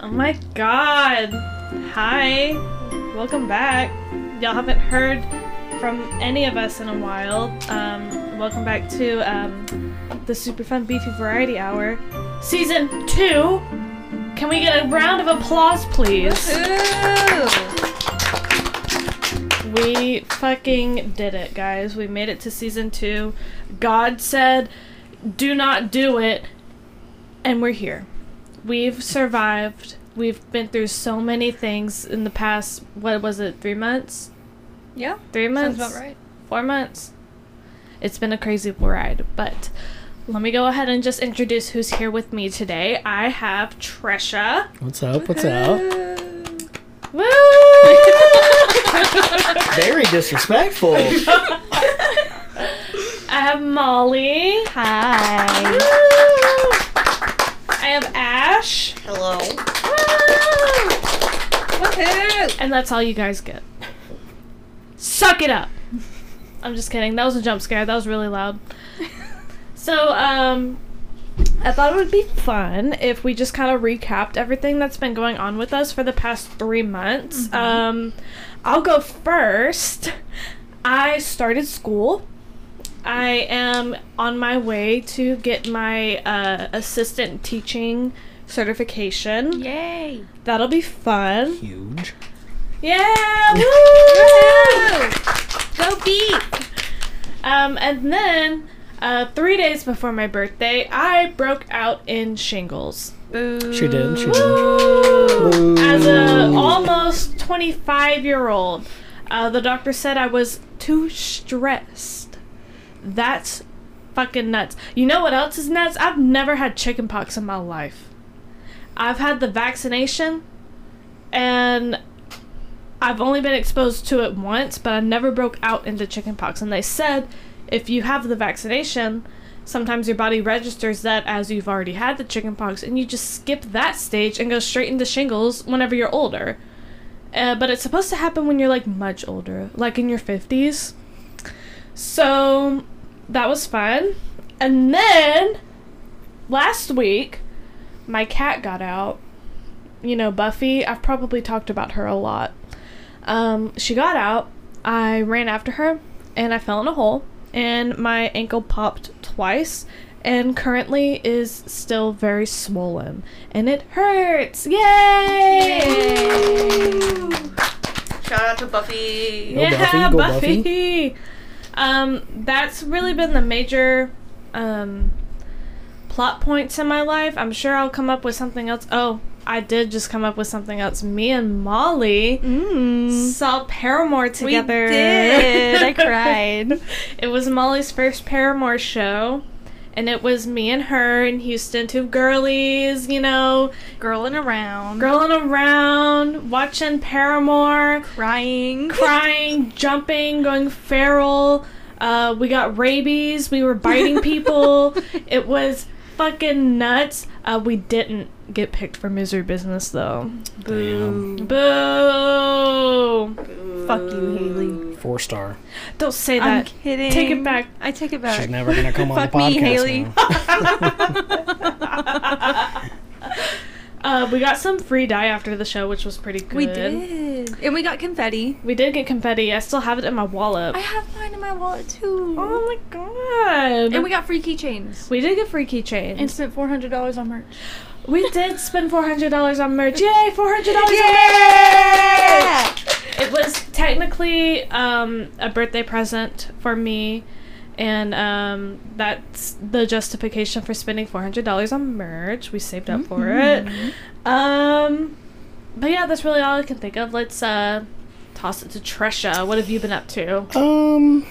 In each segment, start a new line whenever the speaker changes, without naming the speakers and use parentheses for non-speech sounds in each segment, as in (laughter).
Oh my god! Hi! Welcome back. Y'all haven't heard from any of us in a while. Um, welcome back to um, the Super Fun Beefy Variety Hour, Season 2. Can we get a round of applause, please?
Ooh.
We fucking did it, guys. We made it to Season 2. God said, do not do it. And we're here. We've survived. We've been through so many things in the past, what was it, three months?
Yeah.
Three
Sounds
months?
about right.
Four months. It's been a crazy ride, but let me go ahead and just introduce who's here with me today. I have Tresha.
What's up? What's up?
Ooh.
Woo! (laughs)
Very disrespectful.
(laughs) I have Molly.
Hi.
I have Ash.
Hello.
Woohoo.
And that's all you guys get. Suck it up. I'm just kidding. That was a jump scare. That was really loud. So, um, I thought it would be fun if we just kind of recapped everything that's been going on with us for the past three months. Um, I'll go first. I started school. I am on my way to get my uh, assistant teaching certification.
Yay.
That'll be fun.
(laughs) Huge.
(laughs) Yeah! Woo!
Go beat.
um, and then, uh, three days before my birthday, I broke out in shingles.
Boo.
She did. She did.
Woo! As a
Ooh.
almost 25 year old, uh, the doctor said I was too stressed. That's fucking nuts. You know what else is nuts? I've never had chickenpox in my life. I've had the vaccination, and I've only been exposed to it once, but I never broke out into chickenpox. And they said if you have the vaccination, sometimes your body registers that as you've already had the chickenpox, and you just skip that stage and go straight into shingles whenever you're older. Uh, but it's supposed to happen when you're like much older, like in your 50s. So that was fun. And then last week, my cat got out. You know, Buffy, I've probably talked about her a lot. Um, she got out. I ran after her and I fell in a hole and my ankle popped twice and currently is still very swollen and it hurts. Yay!
Shout out to Buffy.
Go Buffy, go Buffy.
Um, that's really been the major um, plot points in my life. I'm sure I'll come up with something else. Oh, I did just come up with something else. Me and Molly
Mm-hmm.
saw Paramore together.
We did.
(laughs)
Mm. I cried.
It was Molly's first Paramore show. And it was me and her in Houston, two girlies, you know,
(laughs) Girling around.
girling around, watching Paramore
Crying.
crying, jumping, going feral. Uh, we got rabies. We were biting people.
(laughs)
it was fucking nuts. Uh, we didn't get picked for misery business though.
Damn.
Boo!
Fuck you, Haley.
Four star.
Don't say
I'm
that.
kidding.
Take it back.
I take it back.
She's never gonna come on the
Fuck me,
podcast.
Haley.
now.
(laughs) Uh, we got some free dye after the show, which was pretty good.
(laughs) We did. And we got confetti.
We did get confetti. I still have it in my wallet.
I have mine in my wallet too.
oh my god!
And we got free keychains.
we did get free keychains.
And spent four hundred dollars on merch.
We did spend four hundred dollars on merch. Yay, four hundred dollars on merch!
Yeah.
It was technically um, a birthday present for me, and um, that's the justification for spending four hundred dollars on merch. We saved up for it. Um, but yeah, that's really all I can think of. Let's uh, toss it to Tresha. What have you been up to?
Um,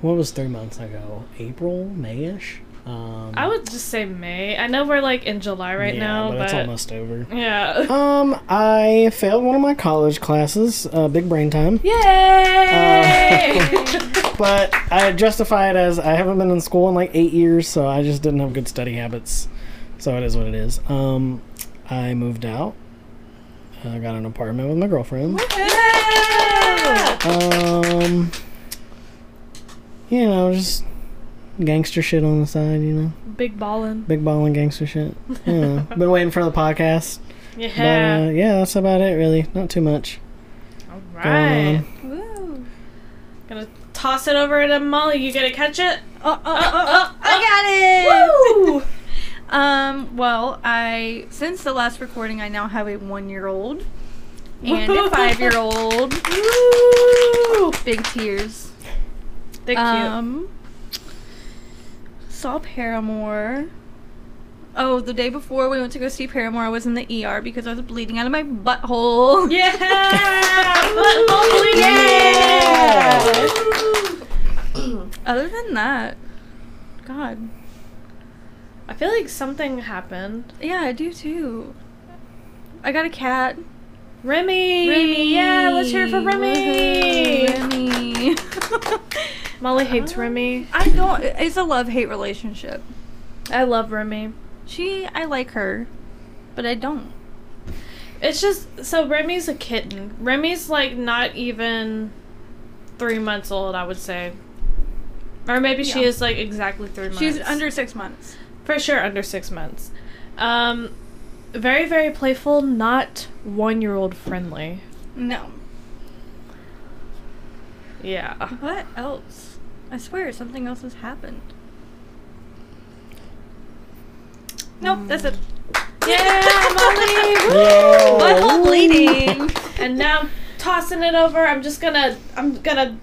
what was three months ago? April, Mayish. Um,
I would just say May. I know we're like in July right
yeah,
now,
but,
but,
it's almost over. (laughs)
yeah.
Um, I failed one of my college classes. Uh, big brain time.
Yay! (laughs)
(laughs) But I justify it as I haven't been in school in like eight years, so I just didn't have good study habits. So it is what it is. Um, I moved out. I got an apartment with my girlfriend. Um, you know, just gangster shit on the side, you know,
Big ballin'.
big balling gangster shit. You know, been waiting for the podcast.
Yeah.
But uh, yeah, that's about it, really. Not too much.
All
going
right.
on.
Woo.
Gonna toss it over to Molly. You gonna catch it?
Oh, oh, oh, oh, I got it! Woo! um, well, I since the last recording, I now have a one-year-old and a five-year-old.
Woo!
Big tears.
They're cute.
Um, saw Paramore. Oh, the day before we went to go see Paramore, I was in the ER because I was bleeding out of my butthole.
yeah! Butthole bleeding!
Other than that, God,
I feel like something happened.
yeah, I do too. I got a cat.
Remy! Yeah, let's hear it for Remy!
Remy.
Molly hates Remy.
I don't. It's a love-hate relationship.
I love Remy.
She, I like her, but I don't.
It's just so Remy's a kitten. Remy's like not even three months old, I would say, or maybe she
Yeah.
is like exactly three months.
She's under six months.
for sure under six months. Um, very very playful, not one year old friendly.
No.
Yeah.
What else? I swear something else has happened. Nope, that's it.
Yeah, Molly. Mm. (laughs) Woo!
Butthole bleeding.
and now I'm tossing it over. I'm just gonna I'm gonna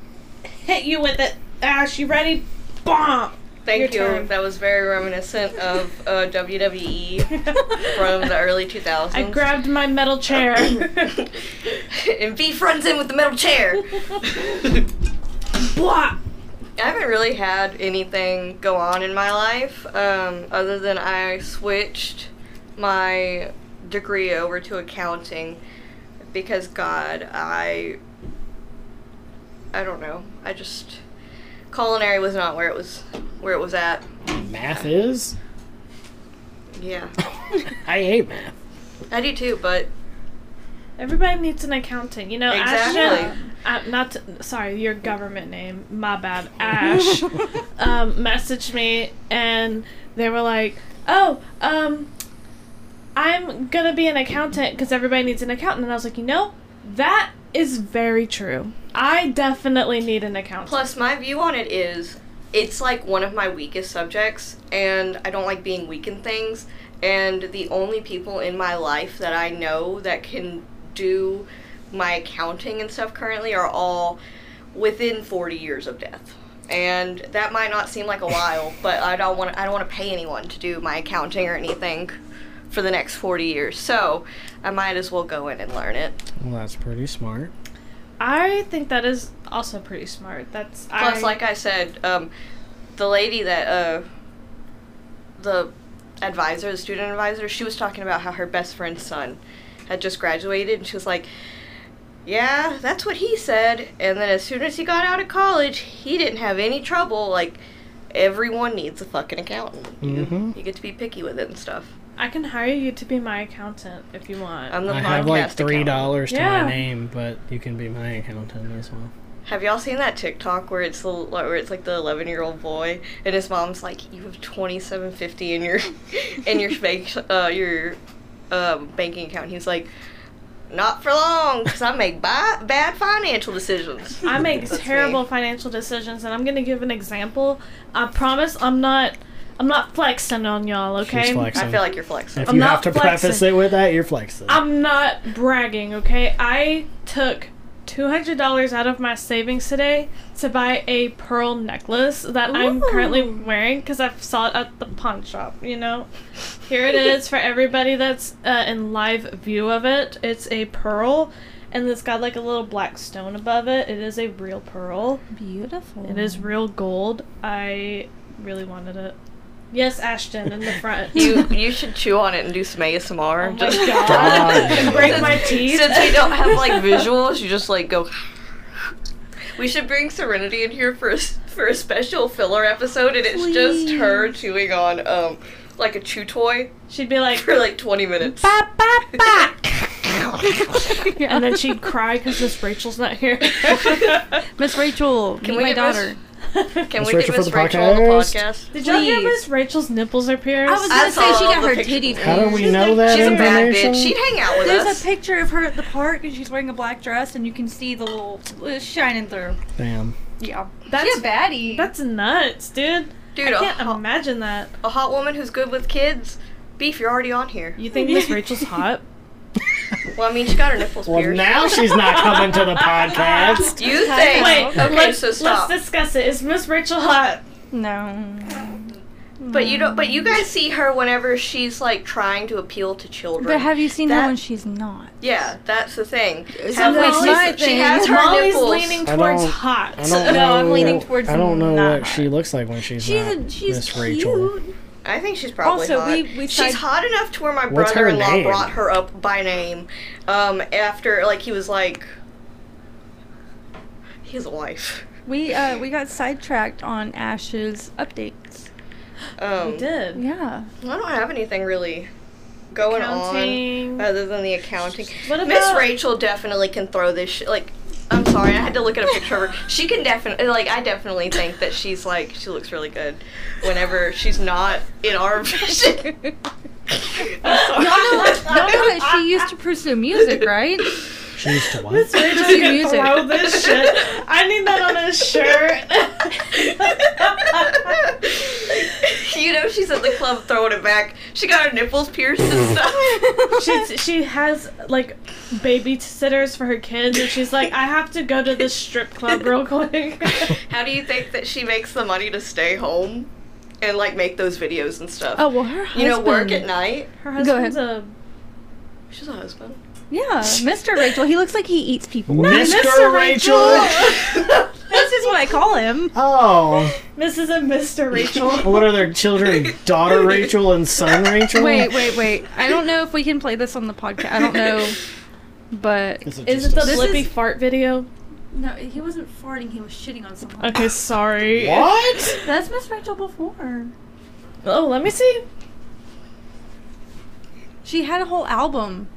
hit you with it. Ash, you ready? Bomb.
Thank
Your
you.
turn.
That was very reminiscent of uh,
(laughs)
WWE from the early 2000s.
I grabbed my metal chair.
(laughs) and V runs in with the metal chair.
Blah.
I haven't really had anything go on in my life um, other than I switched my degree over to accounting because God, I I don't know. I just culinary was not where it was where it was at.
Math is.
Yeah.
I hate math.
I do too, but
Everybody needs an accountant, you know. Ash,
Exactly.
uh, not to- sorry, your government name. My bad, Ash. um, messaged me and they were like, "Oh, um, I'm gonna be an accountant because everybody needs an accountant." And I was like, "You know, that is very true. I definitely need an accountant."
plus my view on it is it's like one of my weakest subjects and I don't like being weak in things and the only people in my life that I know that can do my accounting and stuff currently are all within 40 years of death. And that might not seem like a while, but I don't want I don't want to pay anyone to do my accounting or anything for the next 40 years. So, I might as well go in and learn it.
Well, that's pretty smart.
I think that is also pretty smart. That's
Plus,
I,
like I said, um, the lady that uh, the advisor, the student advisor, she was talking about how her best friend's son had just graduated, and she was like, "Yeah, that's what he said." And then as soon as he got out of college, he didn't have any trouble. Like, everyone needs a fucking accountant. You-
Mhm.
You get to be picky with it and stuff.
I can hire you to be my accountant if you want.
I'm the
I
podcast
have like three
accountant.
dollars to
Yeah.
my name, but you can be my accountant as well.
Have y'all seen that TikTok where it's the where it's like the eleven year old boy and his mom's like, "You have twenty seven fifty in your (laughs) in your bank uh, your um, banking account." He's like, "Not for long, because I make bi- bad financial
(laughs)
decisions."
I make
That's me.
terrible financial decisions, and I'm gonna give an example. I promise I'm not. I'm not flexing on y'all, okay?
She's flexing.
I feel like you're flexing.
If
I'm
you
not
have to preface
flexing.
it with that, you're flexing.
I'm not bragging, okay? I took two hundred dollars out of my savings today to buy a pearl necklace that I'm
Ooh.
currently wearing because I saw it at the pawn shop. You know, here it is for everybody that's uh, in live view of it. It's a pearl, and it's got like a little black stone above it. It is a real pearl.
Beautiful.
It is (laughs) real gold. I really wanted it. Yes, Ashton in the front.
(laughs) you you should chew on it and do some ASMR.
oh my
just (laughs)
god! (laughs) Break my
Since-
teeth.
Since we don't
(laughs)
have like visuals, you just like go. We should bring Serenity in here for a, s- for a special filler episode, and it's just her chewing on um like a chew toy
She'd be like,
for
(laughs)
like twenty minutes.
(laughs)
(laughs)
and then she'd cry because Miss Rachel's not here.
(laughs)
(laughs)
Miss Rachel, meet
we
my
get Miss-
daughter.
Can
Miss
we
Rachel
get
for
Miss
the
Rachel on the
podcast?
podcast?
Did y'all hear
Please.
Miss Rachel's nipples are pierced?
I was
I
gonna say
saw
she
all
got
the
her
pictures.
titties.
How do we
She's
know
like-
that
She's a bad
information?
bitch. She'd hang out with
There's
us.
a picture of her at the park, and she's wearing a black dress, and you can see the little it's shining through.
Damn.
Yeah,
That's-
she a
(laughs)
baddie.
That's nuts, dude.
Dude,
I
a
can't
hot,
imagine that.
a hot woman who's good with kids. Beef, you're already on here.
You think Miss Rachel's
(laughs)
hot?
Well, I mean, she got her nipples
Well,
pierced.
now she's not coming to the podcast.
you think?
Wait,
okay,
let's,
so stop.
let's discuss it. Is Miss Rachel hot?
no.
but you don't. But you guys see her whenever she's like trying to appeal to children.
But have you seen her
That-
when she's not?
yeah, that's the thing.
Have
we
Molly's-
seen- she has her
Molly's
nipples.
leaning
I
towards
don't-
hot.
I don't know.
No, I'm leaning towards
I don't know
not.
what she looks like when she's,
She's
not
a, she's
Miss
cute.
Rachel.
I think she's probably
Also,
hot.
we- we
she's
side-
hot enough to where my
What's her
brother-in-law
name?
brought her up by name. Um, after like he was like, his wife.
We uh we got sidetracked on Ash's updates.
Um,
We did.
Yeah.
I don't have anything really going
Accounting.
on other than the accounting.
What
Miss
about-
Rachel definitely can throw this shit. Like, I'm sorry, I had to look at a picture of her. She can definitely, like, I definitely think that she's like, she looks really good whenever she's not in our (laughs) vision.
Y'all know, y'all
(laughs)
know that she used to pursue music, right?
She used to what?
Rachel, you can throw this shit. I need that on a shirt.
you know, she's at the club throwing it back. She got her nipples pierced and stuff.
She's, she has like babysitters for her kids, and she's like, I have to go to the strip club (laughs) real quick.
How do you think that she makes the money to stay home and, like, make those videos and stuff?
Oh well, her husband.
you know, work at night.
Her
Go ahead.
husband's a
She's a (laughs) husband.
Yeah, Mr. Rachel. He looks like he eats people.
Mr. Rachel.
this is what I call him.
(laughs) Oh,
Mrs. and Mr. Rachel.
what are their children? Daughter Rachel and son Rachel.
Wait, wait, wait. I don't know if we can play this on the podcast. I don't (laughs) know, but
Is it
Is
just
it the
a-
This
blippy
is-
fart video?
no, he wasn't farting. He was shitting on someone.
Okay, sorry.
what?
That's Miss Rachel before.
Oh, let me see.
She had a whole album.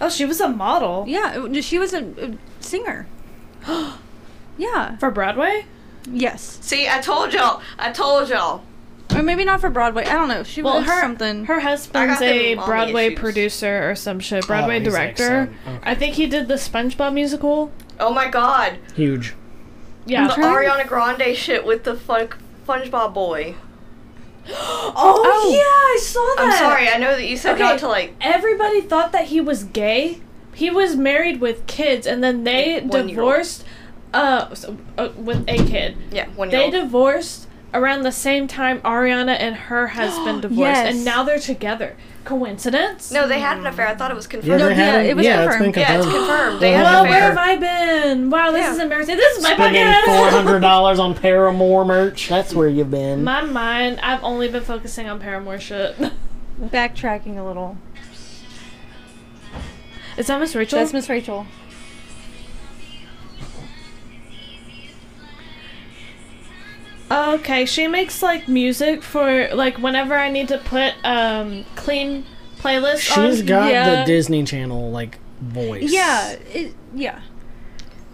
Oh, she was a model
Yeah, it- she was a, a (gasps) singer. yeah.
for Broadway.
Yes.
See, I told y'all. I told y'all.
Or maybe not for Broadway. I don't know. She
Well,
was
her-
something.
Her husband's
I got
a
them mommy
Broadway
issues.
producer or some shit, Broadway
Oh, he's like
director.
some- okay.
I think he did the SpongeBob musical.
Oh my god.
Huge.
Yeah. (gasps)
The
trying-
Ariana Grande shit with the fun- SpongeBob boy.
oh,
Oh.
yeah, I saw
I'm sorry, I know that you said
Okay.
not to like.
Everybody thought that he was gay. He was married with kids, and then they
One year old.
divorced. Uh, so, uh, with a kid.
Yeah, one year
They
old.
divorced around the same time Ariana and
(gasps)
her husband divorced,
Yes.
and now they're together. Coincidence?
no, they had an affair. I thought it was
Yeah,
confirmed.
No,
they had
yeah,
him-
it was
yeah, it's been
confirmed.
yeah, it's
confirmed.
confirmed. They had
Well,
Well,
an
where have
affair.
I been? Wow, this
Yeah.
is embarrassing. This is my
Spending
podcast.
four hundred dollars on Paramore merch. That's where you've
(laughs)
been.
my mind, I've only been focusing on Paramore shit.
Backtracking a little.
Is that Miss Rachel?
That's Miss Rachel.
okay, she makes like music for like whenever I need to put um clean playlists on.
She's got
yeah.
the Disney Channel like voice.
Yeah. It, yeah.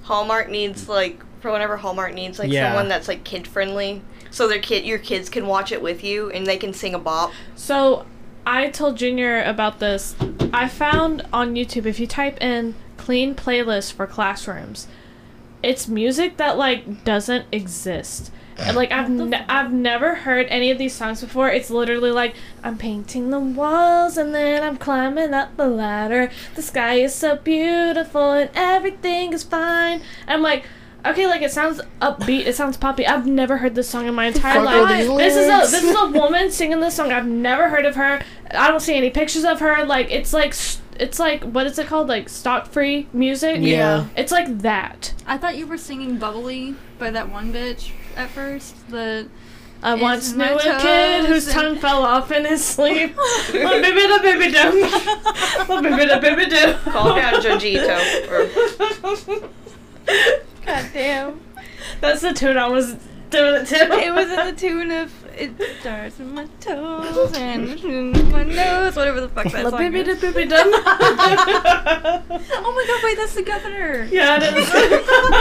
Hallmark needs like for whenever Hallmark needs like
Yeah.
someone that's like kid friendly, so their kid, your kids can watch it with you and they can sing a bop.
So I told Junior about this. I found on YouTube if you type in clean playlist for classrooms, it's music that like doesn't exist. And, Like I've ne- I've never heard any of these songs before. It's literally like I'm painting the walls and then I'm climbing up the ladder. The sky is so beautiful and everything is fine. I'm like, okay, like it sounds upbeat. It sounds poppy. I've never heard this song in my entire
Fuck all
life.
these
This is a
lyrics.
this is a woman singing this song. I've never heard of her. I don't see any pictures of her. Like it's like s- it's like what is it called? Like stock free music.
Yeah.
It's like that.
I thought you were singing Bubbly by that one bitch at first. The
I
It's
once knew
my
a kid
toes
whose
and-
tongue fell off in his
(laughs)
sleep. La baby da baby dum. La baby da baby dum.
Calm down, Junjito,
goddamn.
(laughs) That's the tune I was doing it to. (laughs)
it was in the tune of It starts in my toes and in my nose, whatever the fuck that
La
song
bibi da
is.
bibi da.
(laughs) Oh my god, wait, that's the governor.
(laughs) Yeah, (laughs) it
(laughs)
is.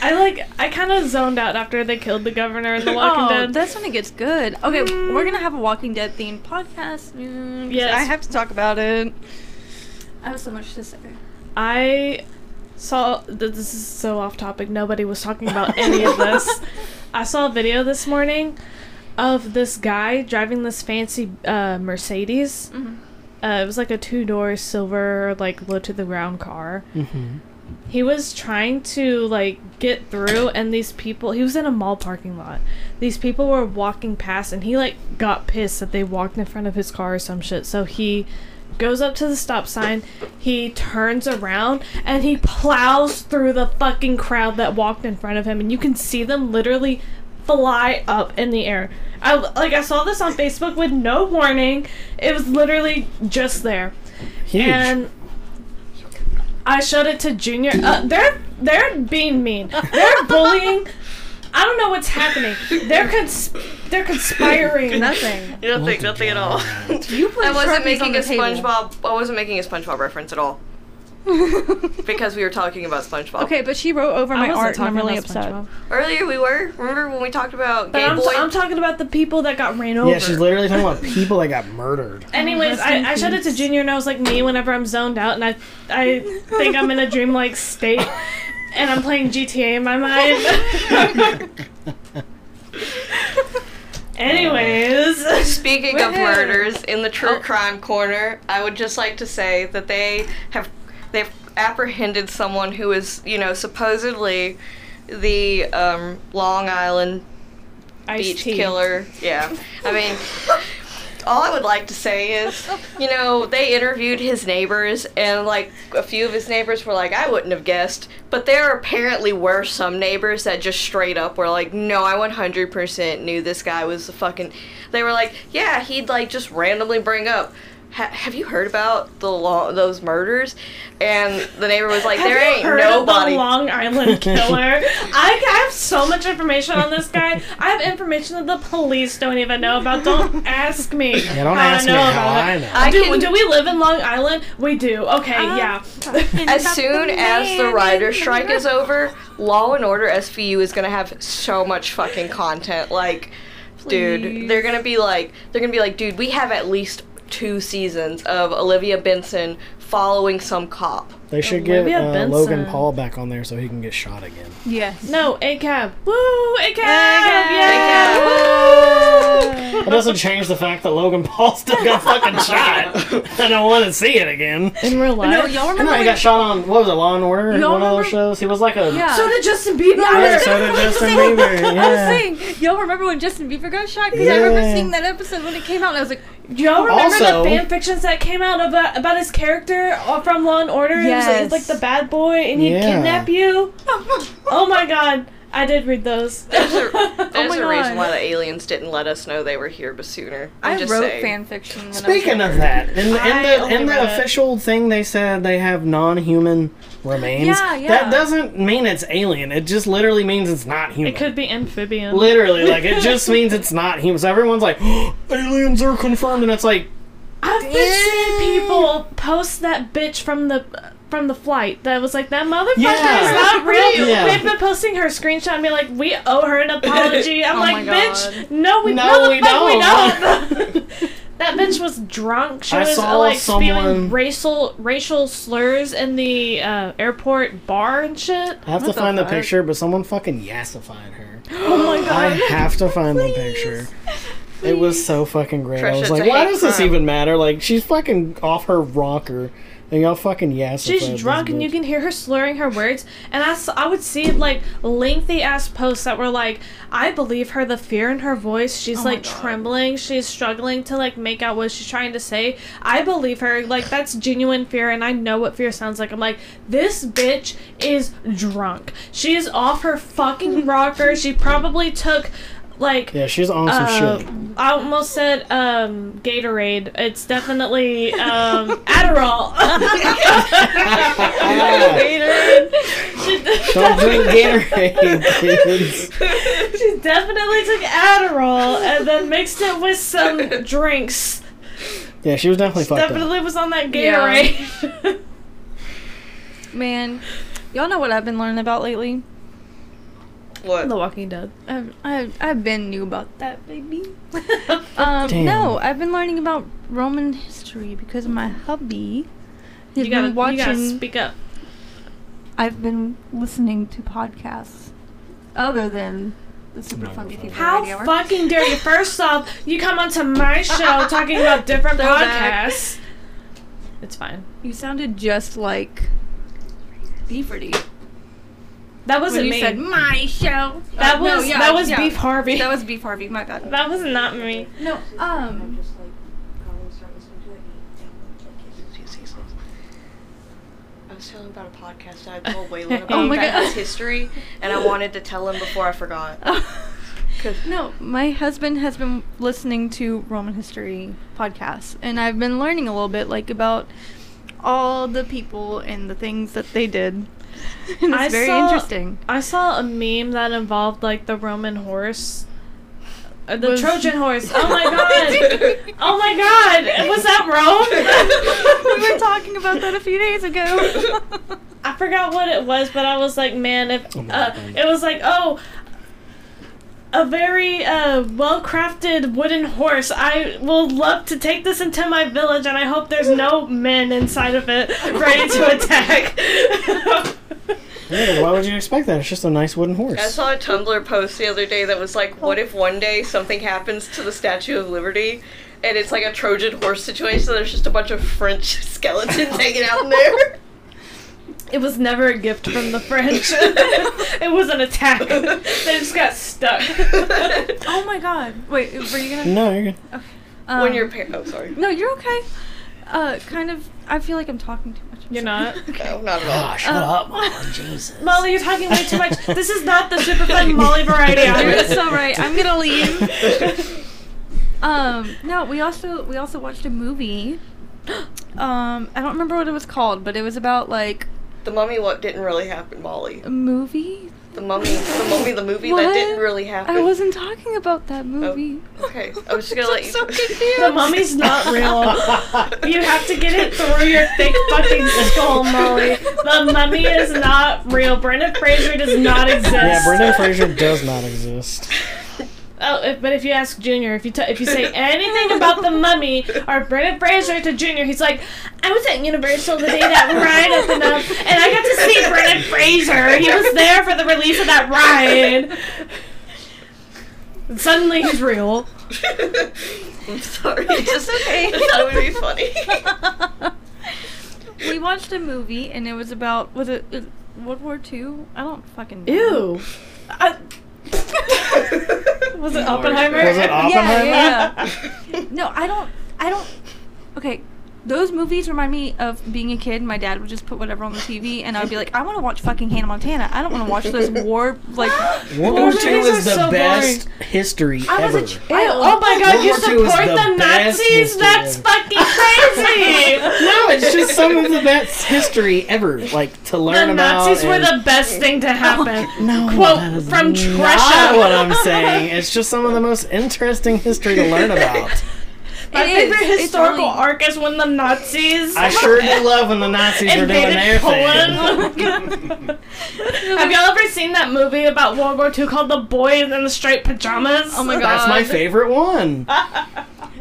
I like. I kind of zoned out after they killed the governor
(laughs)
in The Walking
oh,
Dead.
that's when it gets good. Okay,
Mm.
we're gonna have a Walking Dead themed podcast soon. 'cause
Yes.
I have to talk about it. I have so much to say.
I saw th- this is so off topic. Nobody was talking about any of
(laughs)
this. I saw a video this morning of this guy driving this fancy uh, Mercedes.
Mhm.
Uh, it was like a two-door silver, like low to the ground car.
Mm-hmm.
He was trying to like get through, and these people. He was in a mall parking lot. These people were walking past, and he like got pissed that they walked in front of his car or some shit. So he goes up to the stop sign. He turns around and he plows through the fucking crowd that walked in front of him, and you can see them literally fly up in the air. I like I saw this on Facebook with no warning. It was literally just there.
Huge.
And I showed it to Junior. Uh, they're they're being mean.
(laughs)
They're bullying. I don't know what's happening. They're cons- they're conspiring.
Nothing.
You don't think nothing at all. (laughs)
You put
I
Sharpies
wasn't
on
making a
the table.
SpongeBob. I wasn't making a SpongeBob reference
(laughs)
at all because we were talking about SpongeBob.
okay, but she wrote over
I
my
wasn't
art, and I'm
talking
really
about
upset.
SpongeBob.
Earlier we were. Remember when we talked about
But
Gay
I'm,
Boy?
I'm talking about the people that got ran over.
yeah, she's literally talking about people that got murdered.
Anyways,
Rest in
I, I showed it to Junior, and I was like, me, whenever I'm zoned out, and I, I think I'm in a dreamlike state, and I'm playing GTA in my
(laughs)
mind. (laughs) Anyways,
Speaking of
Woohoo.
murders, in the
Oh.
true crime corner, I would just like to say that they have they've apprehended someone who is, you know, supposedly the um, Long Island beach
Ice-T.
killer. Yeah. I mean, all I would like to say is, you know, they interviewed his neighbors, and like a few of his neighbors were like, I wouldn't have guessed. But there apparently were some neighbors that just straight up were like, no, I 100% knew this guy was the fucking. They were like, yeah, he'd like just randomly bring up. "Ha- Have you heard about the law, those murders? And the neighbor was like,
Have
"There
you
ain't
heard Of
nobody."
the Long Island Killer. I, I have so much information on this guy. I have information that the police don't even know about. Don't ask me.
Yeah, don't ask me how
about
I
it.
know.
I
do,
can-
do we live in Long Island? We do. Okay, yeah.
As soon as
(laughs)
the writer strike is over, Law and Order SVU is gonna have so much fucking content. Like, dude,
Please.
they're gonna be like, they're gonna be like, dude, we have at least two seasons of Olivia Benson following some cop.
They should
Olivia
get uh, Logan
Benson.
Paul back on there so he can get shot again.
Yes.
No, A cab. Woo, A
A-cab.
cab. Yeah.
It doesn't change the fact that Logan Paul still got fucking shot. I don't want to see it again.
In real life.
No, y'all
I
remember?
know he
when-
got shot on what was it, Law and Order,
Y'all
one of those
remember-
shows. He was like a
Yeah.
So did Justin Bieber.
yeah, so did
(laughs)
Justin Bieber.
I was
Yeah.
saying, y'all remember when Justin Bieber got shot? Because I remember
Yeah.
seeing that episode when it came out, and I was like,
Y'all remember
Also-
the fan fictions that came out about about his character uh, from Law and Order? He was- He was,
Yes.
like the bad boy, and he'd
Yeah.
kidnap you. Oh my god, I did read those. (laughs)
(laughs)
There's a, there's
Oh my
a reason
God.
why the aliens didn't let us know they were here but sooner. I'm
I
just
wrote
saying.
fan fiction. When
Speaking
I was
of that, in the, in
I
the,
only
in
read
the
it.
official thing they said they have non-human remains.
Yeah, yeah.
That doesn't mean it's alien. It just literally means it's not human.
It could be amphibian.
Literally, like it just means it's not human. So everyone's like, (gasps) aliens are confirmed, and it's like,
I've been seeing people post that bitch from the from the flight that was like that motherfucker
Yeah.
is not real.
Yeah.
We've been posting her screenshot and be like, we owe her an apology.
(laughs)
I'm
Oh
like,
my
bitch,
God.
no, we
No,
no,
we
the fuck we
don't." (laughs)
don't. that bitch was drunk. She
I
was
saw
uh, like
someone-
spewing racial racial slurs in the uh, airport bar and shit. (gasps)
I have to
the
find the
fuck?
picture, but someone fucking yassified her.
Oh my god. (laughs)
I have to find the picture. It was so fucking great. I
Trisha,
was like,
it's a
why
hate
does this
crime.
even matter? Like, she's fucking off her rocker, and y'all fucking yassified
She's
this
drunk, and
bitch.
you can hear her slurring her words. And I, s- I would see like lengthy ass posts that were like, "I believe her." The fear in her voice. She's
Oh my
like
God.
trembling. She's struggling to like make out what she's trying to say. I believe her. Like that's genuine fear, and I know what fear sounds like. I'm like, this bitch is drunk. She is off her
(laughs)
fucking rocker. She probably took like
Yeah, she's on some
uh, (laughs)
shit.
I almost said um, Gatorade. It's definitely um, Adderall.
(laughs)
(laughs) Gatorade. She-
Don't drink Gatorade, kids.
She's definitely took Adderall and then mixed it with some drinks.
Yeah, she was definitely
She
fucked up.
definitely was on that
Yeah.
Gatorade.
(laughs) Man, y'all know what I've been learning about lately?
What?
the Walking Dead.
I've, I've, I've been new about that, baby. (laughs) Um,
Damn.
no, I've been learning about Roman history because my hubby. has
you gotta,
been watching.
you gotta speak up.
I've been listening to podcasts other than the Super Funky People
How
Radio Hour.
fucking dare you? First off, you come onto
(laughs)
my show talking about different
Throwback.
podcasts. It's fine.
You sounded just like Beaverty.
That wasn't
When you
me.
said my show.
that
Uh, no,
was
yeah,
that was
yeah.
Beef Harvey.
That was Beef Harvey. My bad.
that was not me.
No.
(laughs)
Um.
I was telling about a podcast that
(laughs)
I told Waylon about
Oh
my
back
God.
his history, and I wanted to tell him before I forgot.
(laughs)
'Cause-
no, my husband has been listening to Roman history podcasts, and I've been learning a little bit, like about all the people and the things that they did. (laughs) And it's
I
very
saw- (laughs)
interesting.
I saw a meme that involved like the Roman horse. Uh, the
Was-
Trojan horse. Oh
(laughs)
my god. oh my god. Was that Rome?
we were talking about that a few days
(laughs)
ago.
I forgot what it was, but I was like, man, if
Oh my
uh,
God.
it was like, oh, a very uh, well crafted wooden horse. I will love to take this into my village, and I hope there's no men inside of it ready to attack.
Yeah, why would you expect that? It's just a nice wooden horse.
(laughs) I saw a Tumblr post the other day that was like, "What if one day something happens to the Statue of Liberty?" And it's like a Trojan horse situation. There's just a bunch of French (laughs) skeletons hanging out in there. (laughs)
it was never a gift from the French. (laughs) it was an attack. they just got stuck.
(laughs) oh my god! Wait, were you gonna?
no, you're good.
Um,
when your parents, oh sorry,
No, you're okay. Uh, kind of. I feel like I'm talking too much. I'm
You're
sorry.
not.
no, not at all.
Oh, shut
Uh,
up, Mom. Jesus.
Molly, you're talking (laughs) way too much. This is not the super fun Molly variety hour.
You're
(laughs)
so right. I'm gonna leave. Um, no, we also we also watched a movie. (gasps) Um, I don't remember what it was called, but it was about like
The mummy, what didn't really happen, Molly?
a movie.
The mummy, the mummy, the movie
What?
that didn't really happen.
I wasn't talking about
Oh.
that
(laughs)
movie.
okay. I was just
(laughs)
gonna let you-
so confused.
The mummy's not real. You have to get it through your thick fucking skull, Molly. The mummy is not real. Brendan Fraser does not exist.
Yeah, Brendan Fraser does not exist.
Oh, if, but if you ask Junior, if you t- if you say anything about the mummy or Brendan Fraser to Junior, he's like, I was at Universal the day that ride opened up, and I got to see Brendan Fraser. He was there for the release of that ride. And suddenly he's real.
I'm sorry. Just
okay.
I thought it would be funny.
we watched a movie, and it was about was it, it World War Two? I don't fucking know.
Ew. I, Uh, was it Oppenheimer?
Was it Oppenheimer?
Yeah, yeah. yeah. no, I don't. I don't. Okay, those movies remind me of being a kid. My dad would just put whatever on the TV, and I'd be like, I want to watch fucking Hannah Montana. I don't want to
(laughs)
watch those war like.
War
World War
movies
II
are
is the
so
best history
I was
ever.
a ch-
I- oh my god,
World
you
War II was
support
the
the,
best
Nazis?
history
That's
ever.
fucking crazy!
no, it's just some of the best history ever. Like to (laughs) learn
the
about.
Nazis were
and-
the best thing to happen.
no,
quote
that is
from
not
Trisha.
what I'm saying. It's just some of the most interesting history to learn about.
My
It is.
favorite
It's
historical
really-
arc is when the Nazis
I sure do love when the Nazis were doing
invaded
their thing. (laughs)
Poland. (laughs) Have y'all ever seen that movie about World War II called The Boy in the Striped Pajamas?
Oh my
(laughs) That's my
God.
favorite one.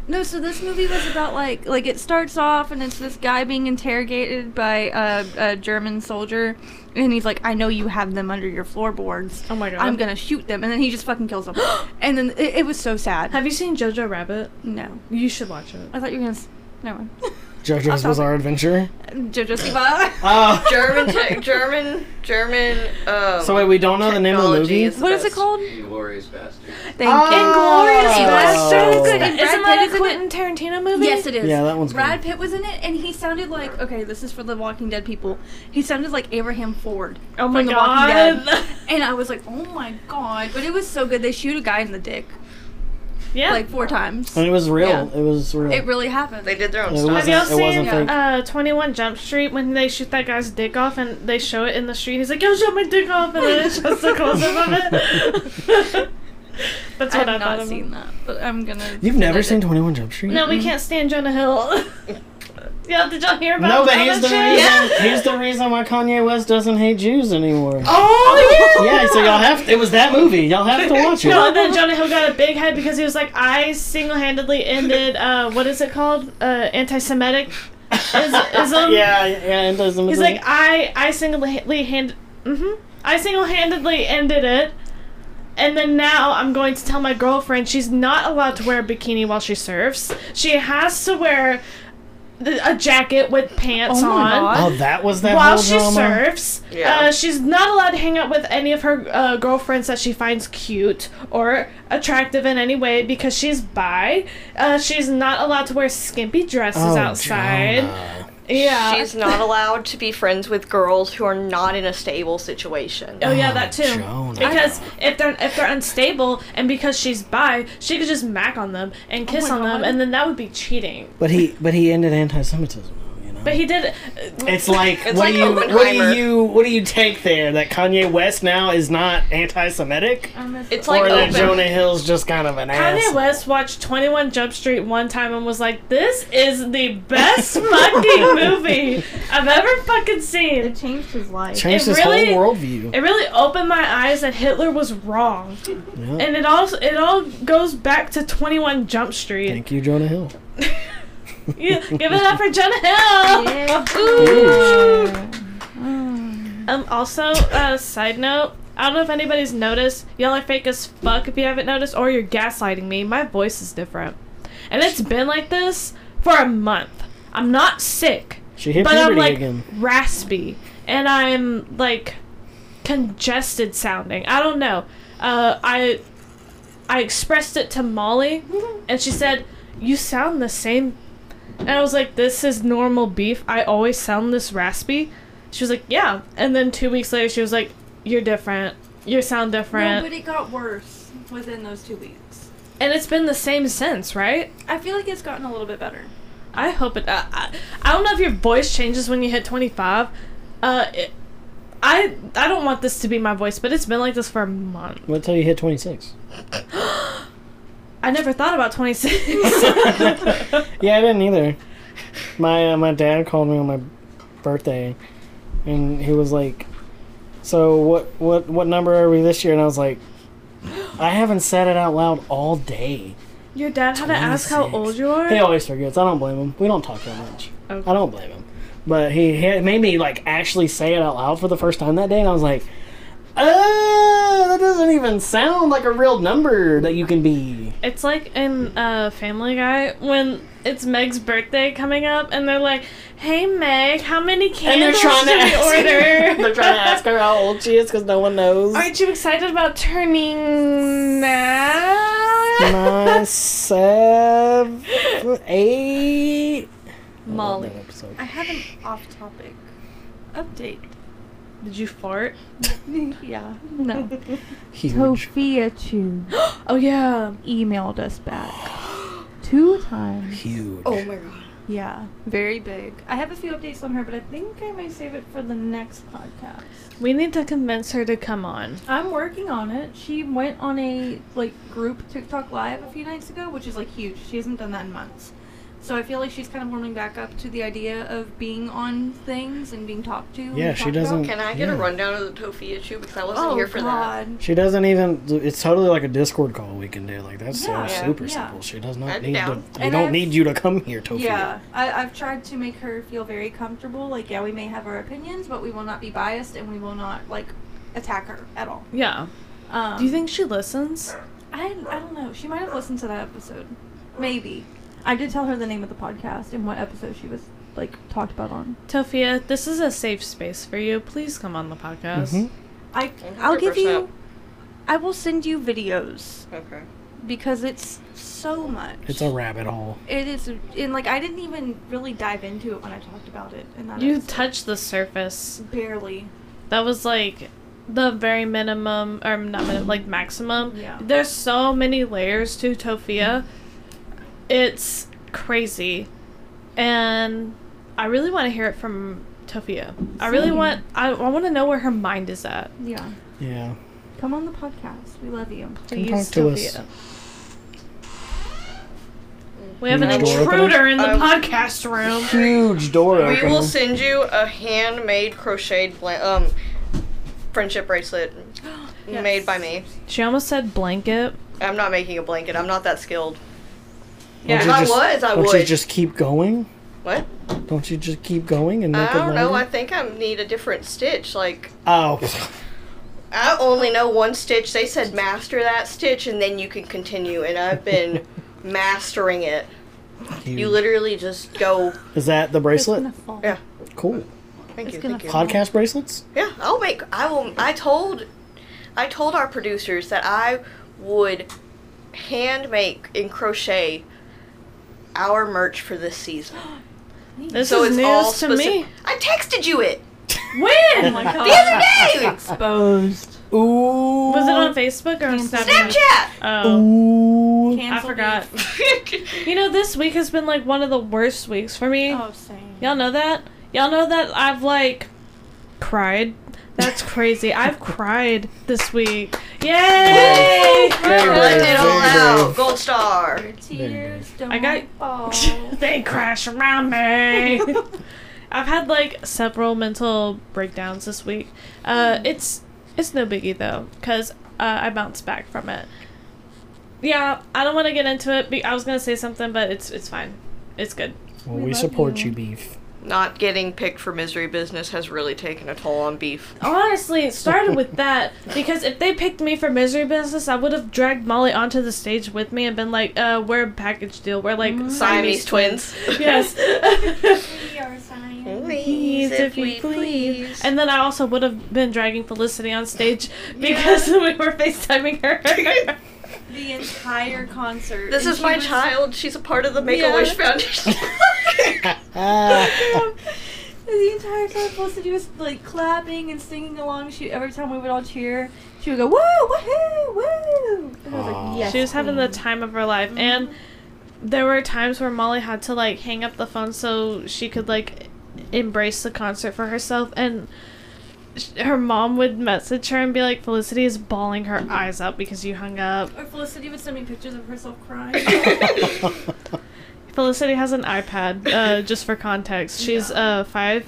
No, so this movie was about like like it starts off and it's this guy being interrogated by a, a German soldier, and he's like, I know you have them under your floorboards.
Oh my god.
I'm gonna shoot them, and then he just fucking kills them. (gasps) and then it, it was so sad.
Have you seen Jojo Rabbit?
no,
You should watch it.
I thought you were gonna. s- Never mind.
JoJo's Bizarre Adventure.
Jojo Siwa.
Oh.
German, tech German, German. Um,
So wait, we don't know the name of the movie.
technology
(laughs)
is-
What is it
Best.
called?
Glorious bastard.
Thank
Inglourious
Oh.
He was so
Basterds.
good. And
Isn't that
Brad Pitt
a
is in
Quentin Tarantino movie?
Yes, it is.
Yeah, that one's
Brad
good.
Pitt was in it, and he sounded like okay, this is for the Walking Dead people. He sounded like Abraham Ford,
Oh my
From The Walking
god.
and I was like, oh my god! But it was so good. They shoot a guy in the dick
yeah.
like four times.
And it was real.
Yeah.
It was real.
It really happened.
They did their own
It
stuff.
Have y'all
wasn't- it
seen
wasn't fake.
uh, 21 Jump Street when they shoot that guy's dick off and they show it (laughs) in the street? He's like, yo, show my dick off, and then it shows the close up of it. That's
I
what
have
I thought
not
of.
seen that, but I'm gonna.
You've never seen 21 Jump Street?
No, we can't stand Jonah Hill. (laughs) yeah, did y'all hear about
No, but
all
he's the
that
reason.
shit?
He's the reason why Kanye West doesn't hate Jews anymore.
Oh
Yeah, so y'all have. it was that movie. Y'all have to watch
(laughs)
it.
No, and then Jonah Hill got a big head because he was like, I single handedly ended, uh, what is it called? Uh, anti Semitic ism.
yeah, yeah, and doesn't.
um, He's like, I, I single-handedly hand, mm-hmm. I single-handedly ended it, and then now I'm going to tell my girlfriend she's not allowed to wear a bikini while she surfs. She has to wear th- a jacket with pants
Oh my
on.
God.
oh, that was that
While
whole
she
drama?
surfs,
Yeah.
uh, she's not allowed to hang out with any of her uh, girlfriends that she finds cute or attractive in any way because she's bi. Uh, she's not allowed to wear skimpy dresses
Oh,
outside.
Jonah.
Yeah.
She's not allowed to be friends with girls who are not in a stable situation.
Oh yeah,
Oh,
that too.
Jonah.
Because if they're if they're unstable and because she's bi, she could just mac on them and kiss
Oh my
on them,
God.
and then that would be cheating.
But he, but he ended anti-Semitism. though, You know.
But he did.
It's like what
It's like
do you what
Oppenheimer.
do you what do you take there that Kanye West now is not anti-Semitic
It's like
or that
open.
Jonah Hill's just kind of an
Kanye
ass.
West watched Twenty One Jump Street one time and was like, "This is the best fucking
(laughs)
movie I've ever fucking seen."
It changed his (laughs) life.
Changed
It
his
really-
whole worldview.
It really opened my eyes that Hitler was wrong,
Yeah.
and it all it all goes back to Twenty One Jump Street.
Thank you, Jonah Hill.
Yeah, give it up for Jonah Hill.
Ooh.
Um, also, uh, side note. I don't know if anybody's noticed. Y'all are fake as fuck if you haven't noticed, or you're gaslighting me. My voice is different. And it's been like this for a month. I'm not sick,
She hit
but
puberty
I'm like
again.
raspy. And I'm like congested sounding. I don't know. Uh, I I expressed it to Molly, and she said, You sound the same. And I was like, This is normal beef. I always sound this raspy. She was like, Yeah. And then two weeks later, she was like, You're different. You sound
No,
different.
but it got worse within those two weeks.
and it's been the same since, right?
I feel like it's gotten a little bit better.
I hope it. uh, I, I, I don't know if your voice changes when you hit 25. Uh, it, I, I don't want this to be my voice, but it's been like this for a month.
What till you hit 26?
I never thought about
(laughs)
26.
Yeah, I didn't either. My uh, my dad called me on my birthday, and he was like, "So what what what number are we this year?" And I was like, "I haven't said it out loud all day."
Your dad had to ask how
26.
old you are?
He always forgets. I don't blame him. We don't talk that much.
Okay.
I don't blame him. But he, he made me like actually say it out loud for the first time that day, and I was like, "Uh, that doesn't even sound like a real number that you can be."
It's like in uh, Family Guy when it's Meg's birthday coming up, and they're like, "Hey Meg, how many
And they're
candles
trying to
should we
ask,
order?"
(laughs) they're trying to ask her how old she is because no one
(laughs)
knows.
Aren't you excited about turning now? (laughs)
Nine, seven, eight.
Molly,
Oh,
I have an off-topic update.
did you fart?
yeah. No.
Huge.
Sophia Chu
(gasps) Oh yeah.
emailed us back (gasps) two times.
Huge.
Oh my god.
Yeah, very big. I have a few updates on her, but I think I might save it for the next podcast.
We need to convince her to come on.
I'm working on it. She went on a like group TikTok live a few nights ago, which is like huge. She hasn't done that in months. So I feel like she's kind of warming back up to the idea of being on things and being talked to. and
Yeah, she
talked
doesn't-
About.
Can I get a
Yeah.
rundown of the Tofia Chew because I wasn't
Oh
here for
God!
She doesn't even. It's totally like a Discord call we can do. Like that's
Yeah.
so super
Yeah.
simple. She does not
I'm
need
down.
to. We
And
don't
I've-
need you to come here, Tofia.
Yeah, I, I've tried to make her feel very comfortable. Like, yeah, we may have our opinions, but we will not be biased, and we will not like attack her at all.
Yeah.
Um,
Do you think she listens?
I, I don't know. She might have listened to that episode. Maybe. I did tell her the name of the podcast and what episode she was like talked about on.
Tofia, this is a safe space for you. Please come on the podcast.
Mhm.
I
that.
I'll give
100%.
you I will send you videos
Okay.
because it's so much.
It's a rabbit hole.
it is and like I didn't even really dive into it when I talked about it and that
You
episode.
touched the surface.
barely.
That was like the very minimum, or not minimum, like maximum.
Yeah.
There's so many layers to Tofia. It's crazy. And I really want to hear it from Tofia. I really
Same.
want, I, I want to know where her mind is at.
Yeah.
Yeah.
Come on the podcast. We love you.
Please,
talk to us.
Sophia. We have an
Door opener?
intruder in the
Um,
podcast room.
Huge door
We
opener.
will send you a handmade crocheted blan- um friendship bracelet
(gasps)
made by me.
She almost said blanket.
I'm not making a blanket. I'm not that skilled.
Yeah,
If
you
I
just-
was, I
Don't
would.
you just keep going?
what?
Don't you just keep going and make
I don't
it
know. I
longer?
think I need a different stitch. Like
Oh,
I only know one stitch. They said master that stitch and then you can continue. And
(laughs)
I've been mastering it. You literally just go.
is that the bracelet?
fall.
Yeah.
Cool.
Thank you.
gonna
Thank you.
Podcast bracelets?
Yeah, I'll make. I will. I told, I told our producers that I would hand make and crochet our merch for this season.
This
So
is
it's all
news to
specific.
me.
I texted you it
(laughs) Oh
When
my
the other
god.
day.
Exposed.
Ooh.
was it on Facebook or on Snapchat?
Snapchat.
Oh,
Ooh.
I
Cancel
forgot. (laughs)
beef.
You know, this week has been like one of the worst weeks for me.
Oh, same.
Y'all know that? Y'all know that I've like cried. That's (laughs) crazy. I've cried this week. Yay!
Very
Let it all
Very brave.
out. Gold star.
Your tears don't
I got-
fall.
(laughs) (laughs) they crash around
(laughs)
me. (laughs) I've had like several mental breakdowns this week. Uh, it's it's no biggie though, cause uh, I bounced back from it. Yeah, I don't want to get into it. Be- I was gonna say something, but it's it's fine. It's good.
Well,
We
we,
love
support
you.
you, Beef.
Not getting picked for misery business has really taken a toll on beef.
Honestly, it started with that because if they picked me for misery business, I would have dragged Molly onto the stage with me and been like, uh, "We're a package deal. We're like
Mm. Siamese twins. (laughs)
yes.
We are signing.
Please, if we please.
And then I also would have been dragging Felicity on stage because (laughs) we were FaceTiming her.
(laughs)
(laughs)
The entire concert.
This
and
is
she
my
was-
child. She's a part of the Make a Wish Foundation.
(laughs) Ah.
The entire time Felicity was like clapping and singing along. She every time we would all cheer, she would go woo, woohoo, woo. And I was
Aw.
like, yes.
she was having the
queen."
time of her life. And there were times where Molly had to like hang up the phone so she could like embrace the concert for herself. And sh- her mom would message her and be like, Felicity is bawling her eyes out because you hung up.
Or Felicity would send me pictures of herself crying.
Felicity has an iPad, uh, just for context. She's uh, five.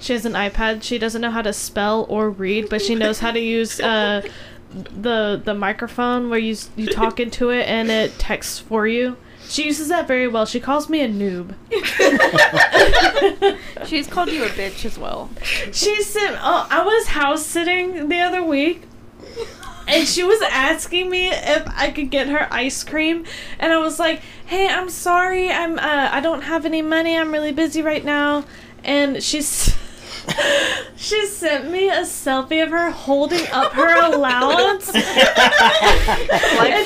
She has an iPad. She doesn't know how to spell or read, but she knows how to use uh, the the microphone where you s- you talk into it and it texts for you. She uses that very well. She calls me a noob.
(laughs)
(laughs)
She's called you a bitch as well.
She sent. Oh, I was house sitting the other week, (laughs) and she was asking me if I could get her ice cream, and I was like, "Hey, I'm sorry. I'm. Uh, I don't have any money. I'm really busy right now." And she's. (laughs) She sent me a selfie of her holding up her allowance, and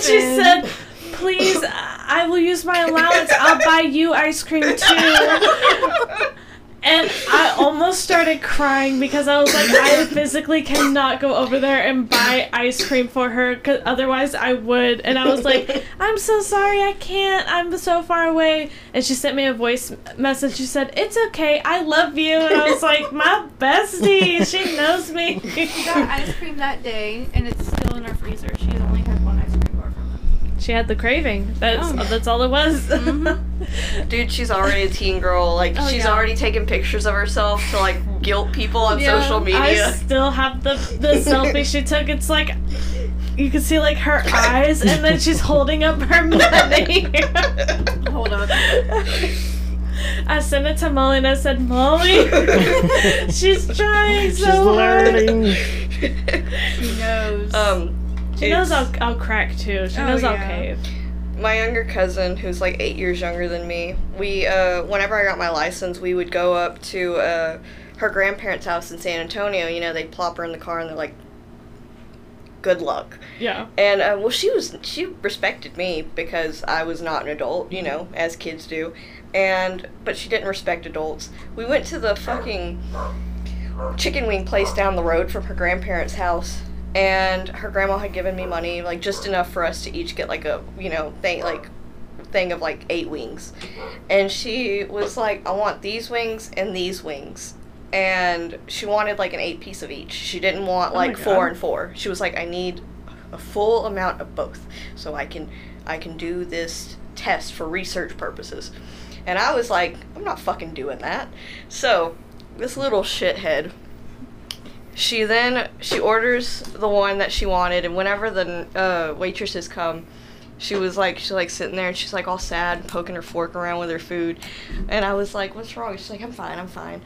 she said, "Please, I will use my allowance. I'll buy you ice cream too."
(laughs)
And I almost started crying because I was like, I physically cannot go over there and buy ice cream for her, because otherwise I would. And I was like, I'm so sorry, I can't. I'm so far away. And she sent me a voice message. She said, It's okay, I love you. And I was like, My bestie, she knows me. (laughs)
She got ice cream that day, and it's still in our freezer. She had only had one ice cream bar from it.
she had the craving. That's
Oh.
that's all it was. (laughs)
Dude, she's already a teen girl. Like,
Oh,
she's
yeah.
already taking pictures of herself to, like, guilt people on
Yeah,
social
I
media.
still have the the selfie she took. It's like you can see like her eyes, and then she's holding up her money.
Hold up.
I sent it to Molly, and I said,
(laughs)
"Molly, she's trying so
She's
hard." (laughs)
learning.
She knows.
(laughs) um,
She knows
it's-
I'll, I'll crack too. She
Oh,
knows I'll
yeah.
cave.
my younger cousin who's like eight years younger than me we uh, whenever i got my license we would go up to uh, her grandparents house in san antonio you know they'd plop her in the car and they're like good luck
Yeah.
and uh, well she was she respected me because i was not an adult you know as kids do and but she didn't respect adults we went to the fucking chicken wing place down the road from her grandparents house and her grandma had given me money like just enough for us to each get like a you know thing like thing of like eight wings and she was like i want these wings and these wings and she wanted like an eight piece of each. She didn't want
Oh my
like four
God.
and four. She was like, I need a full amount of both, so I can I can do this test for research purposes. And I was like, I'm not fucking doing that. So this little shithead. She then she orders the one that she wanted, and whenever the uh, waitresses come, she was like she's like sitting there and she's like all sad and poking her fork around with her food and i was like what's wrong she's like i'm fine i'm fine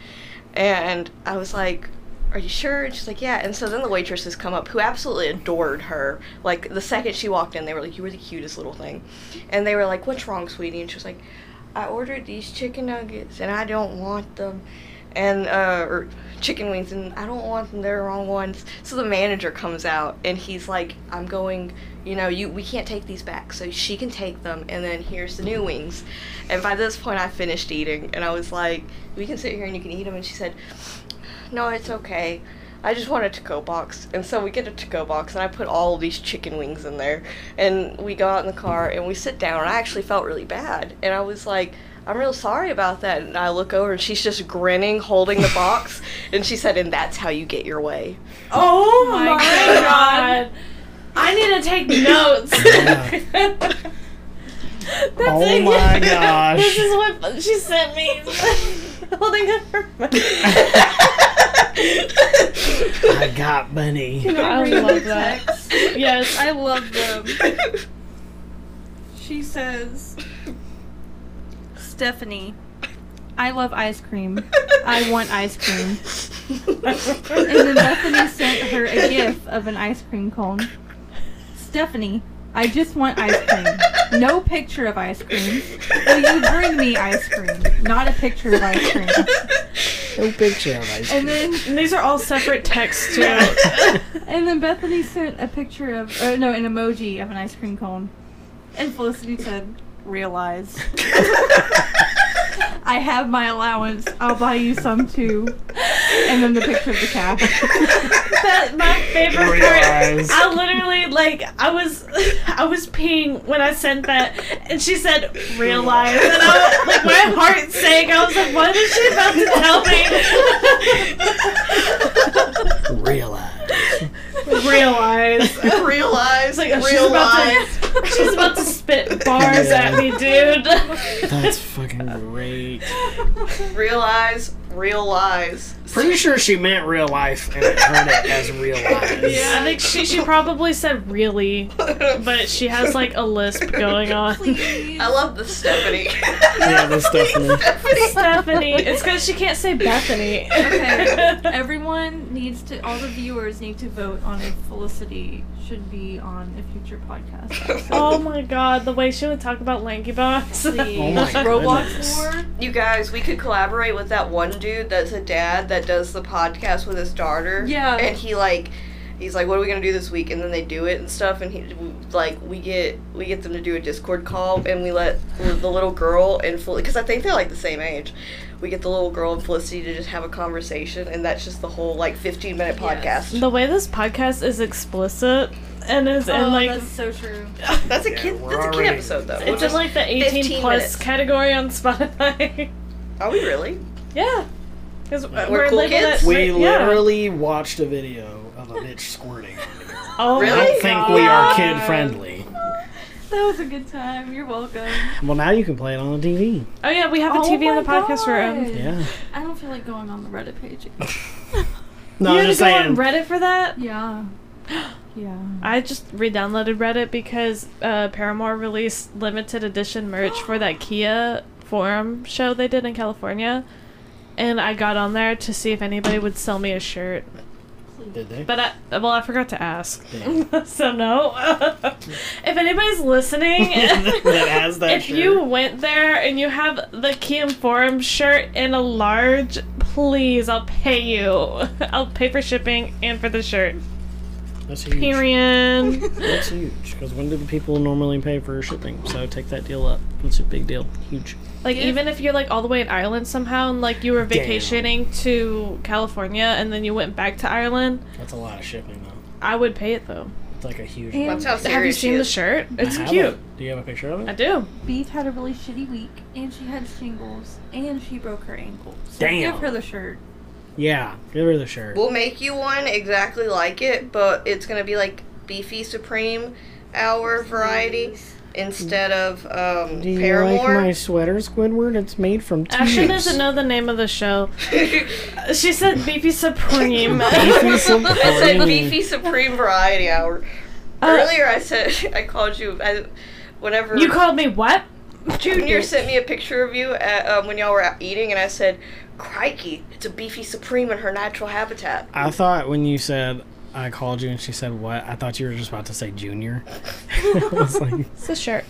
and i was like are you sure and she's like yeah and so then the waitresses come up who absolutely adored her like the second she walked in they were like you were the cutest little thing and they were like what's wrong sweetie and she was like i ordered these chicken nuggets and i don't want them and uh, or chicken wings, and I don't want them. They're the wrong ones. So the manager comes out, and he's like, "I'm going. You know, you we can't take these back, so she can take them. And then here's the new wings." And by this point, I finished eating, and I was like, "We can sit here and you can eat them." And she said, "No, it's okay." I just want a to-go box, and so we get a to-go box, and I put all of these chicken wings in there, and we go out in the car, and we sit down, and I actually felt really bad, and I was like, I'm real sorry about that, and I look over, and she's just grinning, holding the
(laughs)
box, and she said, and that's how you get your way.
Oh my,
my
god. I need to take
(laughs)
notes. That's
Oh
it. (laughs)
my
This
gosh.
is what she sent me. (laughs) Holding up her
I got money.
I
Read
love
the
that.
text.
Yes.
I love
(laughs)
them. She says, Stephanie, I love ice cream. I want ice cream. And then Bethany sent her a gif of an ice cream cone. Stephanie, I just want ice cream. No picture of ice cream. Will you bring me ice cream? Not a picture of ice cream.
No picture of ice
And then
And these are all separate texts
(laughs)
too.
and then Bethany sent a picture of uh, no, an emoji of an ice cream cone. And Felicity said, "Realize I have my allowance. (laughs) I'll buy you some too." And then the picture of the cat.
that my favorite part.
Realize.
I literally like I was I was peeing when I sent that, and she said realize, and I was, like my heart sank. I was like, what is she about to tell me?
Realize.
realize.
(laughs) realize,
It's like
like,
oh, she's
realize.
about to she's about to spit bars at me, dude. (laughs)
That's fucking great.
realize, (laughs) realize.
Pretty sure she meant real life and I heard it as realize.
I think she she probably said really, but she has like a lisp going on.
I love the Stephanie.
Yeah,
(laughs)
the Stephanie.
Stephanie. It's because she can't say Bethany.
Okay. Everyone needs to. All the viewers need to vote on if Felicity should be on a future
(laughs)
podcast.
(laughs) oh my god, the way she would talk about lanky box.
(laughs)
The
Oh my goodness.
Roblox war.
You guys, we could collaborate with that one dude that's a dad that does the podcast with his daughter.
Yeah.
And he like, he's like, "What are we gonna do this week?" And then they do it and stuff. And he like, we get we get them to do a Discord call, and we let the little girl and because I think they're like the same age. We get the little girl and Felicity to just have a conversation, and that's just the whole like fifteen minute
Yes.
podcast.
the way this podcast is explicit and is
Oh,
in like
that's so true.
That's a
Yeah,
kid.
we're
That's a kid
already-
episode though.
it's in like the 18
15
plus
minutes.
category on Spotify. (laughs)
Are we really?
yeah. Because
We're
we're,
cool
labeled
kids?
at-
We
yeah.
literally watched a video of a bitch squirting. (laughs)
oh
Really?
I
my
don't think we are
God.
kid friendly.
That was a good time. You're welcome.
Well, now you can play it on the TV.
Oh yeah, we have a
Oh
TV in the
my
podcast room.
God.
Yeah.
I don't feel like going on the Reddit page.
No,
you
I'm
had
just
to go on
saying.
Reddit for that.
Yeah. Yeah.
I just re-downloaded Reddit because uh, Paramore released limited edition merch for that Kia forum show they did in California, and I got on there to see if anybody would sell me a shirt.
Did they?
But I, well, I forgot to ask, (laughs)
Yeah.
so no. (laughs) if anybody's listening,
(laughs) that has that
if
shirt.
you went there and you have the Kiam Forum shirt in a large, please, I'll pay you. (laughs) I'll pay for shipping and for the shirt.
That's huge.
Period.
That's huge. Because when do people normally pay for shipping? So take that deal up. It's a big deal. Huge.
Like
Yeah.
even if you're like all the way in Ireland somehow, and like you were
Damn.
vacationing to California and then you went back to Ireland,
That's a lot of shipping, though.
I would pay it though.
It's like a huge.
And-
That's how serious
Have you
she
seen the
is.
shirt? It's
I have
cute.
it. Do you have a picture of
I
it?
do.
Beef had a really shitty week, and she had shingles, and she broke her ankle. So
Damn.
give her the shirt.
Yeah, give her the shirt.
We'll make you one exactly like it, but it's gonna be like beefy supreme hour variety instead of um,
Do you
Paramore.
like
(laughs)
my sweater, Squidward? It's made from
Ashley
tubes.
doesn't know the name of the show. She said
(laughs)
Beefy Supreme. (laughs)
Beefy Supreme.
I said beefy supreme variety hour.
Uh,
Earlier, I said (laughs) I called you. I, whenever
you called me what?
Junior sent me a picture of you at, um, when y'all were out eating, and I said, "Crikey, it's a beefy supreme in her natural habitat."
I thought when you said I called you and she said what, I thought you were just about to say Junior. (laughs) I was like,
It's a shirt.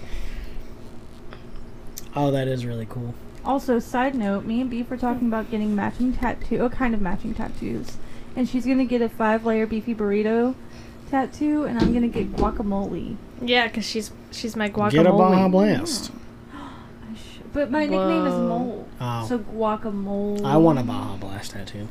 oh, that is really cool.
Also, side note, me and Beef were talking about getting matching tattoo, a kind of matching tattoos, and she's gonna get a five-layer beefy burrito tattoo, and I'm gonna get guacamole.
Yeah, because she's she's my guacamole.
Get a Baja Blast.
I sh- But my nickname is
Whoa.
Mole,
Oh,
so guacamole.
I want a Baja Blast tattoo.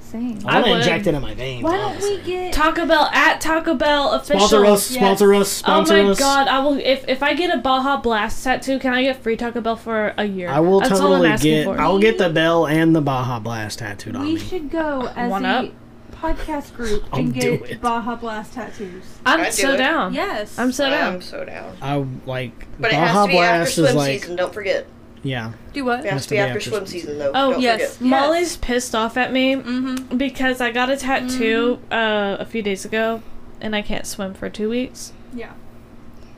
Same.
Mm. I
I want to
would.
inject it in my veins.
Why don't we
honestly.
get?
Taco Bell at Taco Bell official.
Sponsor us,
Yes.
sponsor us, sponsor
oh my
us.
god! I will if if I get a Baja Blast tattoo, can I get free Taco Bell for a year?
I will
That's all I'm
totally
asking
get.
for.
I'll get the bell and the Baja Blast tattooed on
we
me.
should go as
One
a
up.
podcast group
(laughs) I'll
and
do
get
it.
Baja Blast tattoos.
I'm
I'd
so
do it.
down.
Yes.
I'm so
I'm
down.
so down.
I like.
But it
Baja
has to be
Blast
after
is
swim
like.
season. Don't forget.
Yeah,
Do what?
It has, to be after, swim season, though.
Oh,
Don't
yes.
forget.
Molly's pissed off at me
Mm-hmm.
because I got a tattoo uh, a few days ago, and I can't swim for two weeks.
Yeah.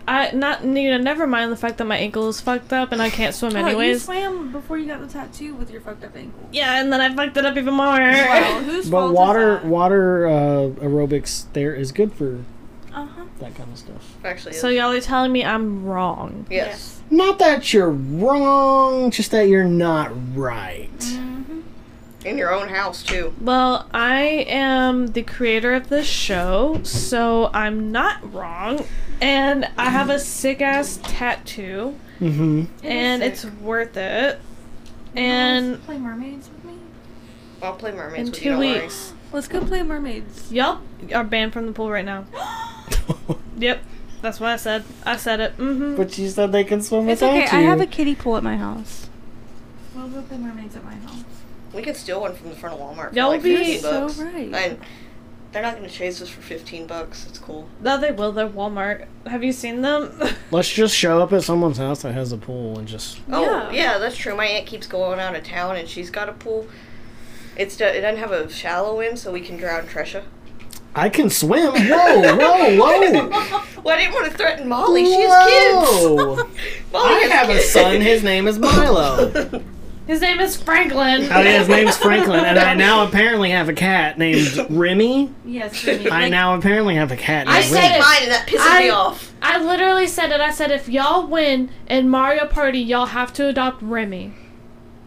I not you know never mind the fact that my ankle is fucked up and I can't swim
Oh, you
anyways.
swam before you got the tattoo with your fucked up ankle.
yeah, and then I fucked it up even more.
Wow, whose fault
but
is
water
that?
water uh, aerobics there is good for
Uh-huh.
that kind of stuff.
(laughs)
Actually,
so
yes.
y'all are telling me I'm wrong.
yes.
Not that you're wrong, just that you're not right.
Mm-hmm.
In your own house, too.
Well, I am the creator of this show, so I'm not wrong. And I have a sick ass tattoo,
Mm-hmm.
and it's worth it. And
play mermaids with me.
I'll play mermaids
in
with
two
you, don't
weeks,
Let's go play mermaids.
y'all are banned from the pool right now. (gasps) Yep, that's what I said. I said it. Mm-hmm.
Mm-hmm. (laughs) but you said they can swim
It's
without
okay.
you.
I have a kiddie pool at my house. We'll go play mermaids at my house.
Worry. We could steal one from the front of Walmart
Y'all
for like
be-
15
So
bucks.
right.
And they're not going to chase us for 15 bucks. It's cool.
No, they will. They're Walmart. Have you seen them? (laughs)
Let's just show up at someone's house that has a pool and just.
Oh,
Yeah.
yeah, that's true. My aunt keeps going out of town, and she's got a pool. It's do- it doesn't have a shallow end, so we can drown Tresha.
I can swim. Whoa,
(laughs)
whoa, whoa!
Well, I didn't want to threaten Molly. She has kids.
Whoa.
Molly
I
has
have a
kids.
son. His name
(laughs)
is
(laughs)
Milo.
His name is Franklin.
Oh yeah, his name's Franklin, and I now apparently have a
(laughs)
cat named Remy.
(laughs)
Yes.
I now apparently have a cat named
I
Remy.
said mine, and that pisses
I-
me off.
I literally said it. I said if y'all win in Mario Party, y'all have to adopt Remy.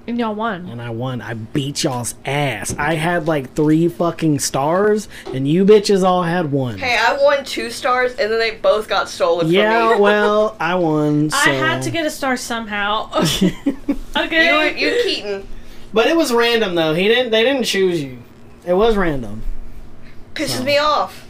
And y'all won.
and I won. I beat y'all's ass. I had like three fucking stars, and you bitches all had one.
Hey, I won two stars, and then they both got stolen from me. (laughs)
yeah, well, I won. So.
I had to get a star
(laughs)
somehow. okay.
You,
(laughs)
you Keaton,
but it was random though. He didn't. They didn't choose you. It was random.
pisses me off.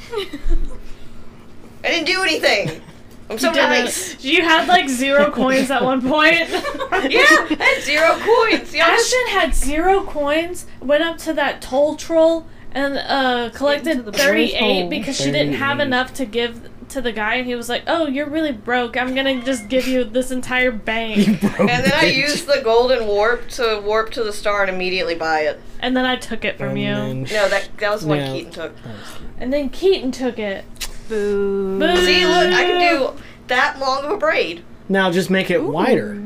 I didn't do anything. I'm so
You did it.
nice.
You had like zero coins at one point. (laughs)
Yeah, that's zero coins. Y'all just-
Ashton had zero coins, went up to that toll troll, and uh,
Into
collected
the
38
threshold.
because she didn't have
38.
enough to give to the guy, and he was like, Oh, you're really broke. I'm gonna just give you this entire
(laughs)
bank.
(laughs) and then I used the golden warp to warp to the star and immediately buy it.
and then I took it from you.
No, that that was the one
Yeah.
Keaton took.
And then Keaton took it.
Boo.
Boo.
See, look, I can do that long of a braid.
Now just make it wider.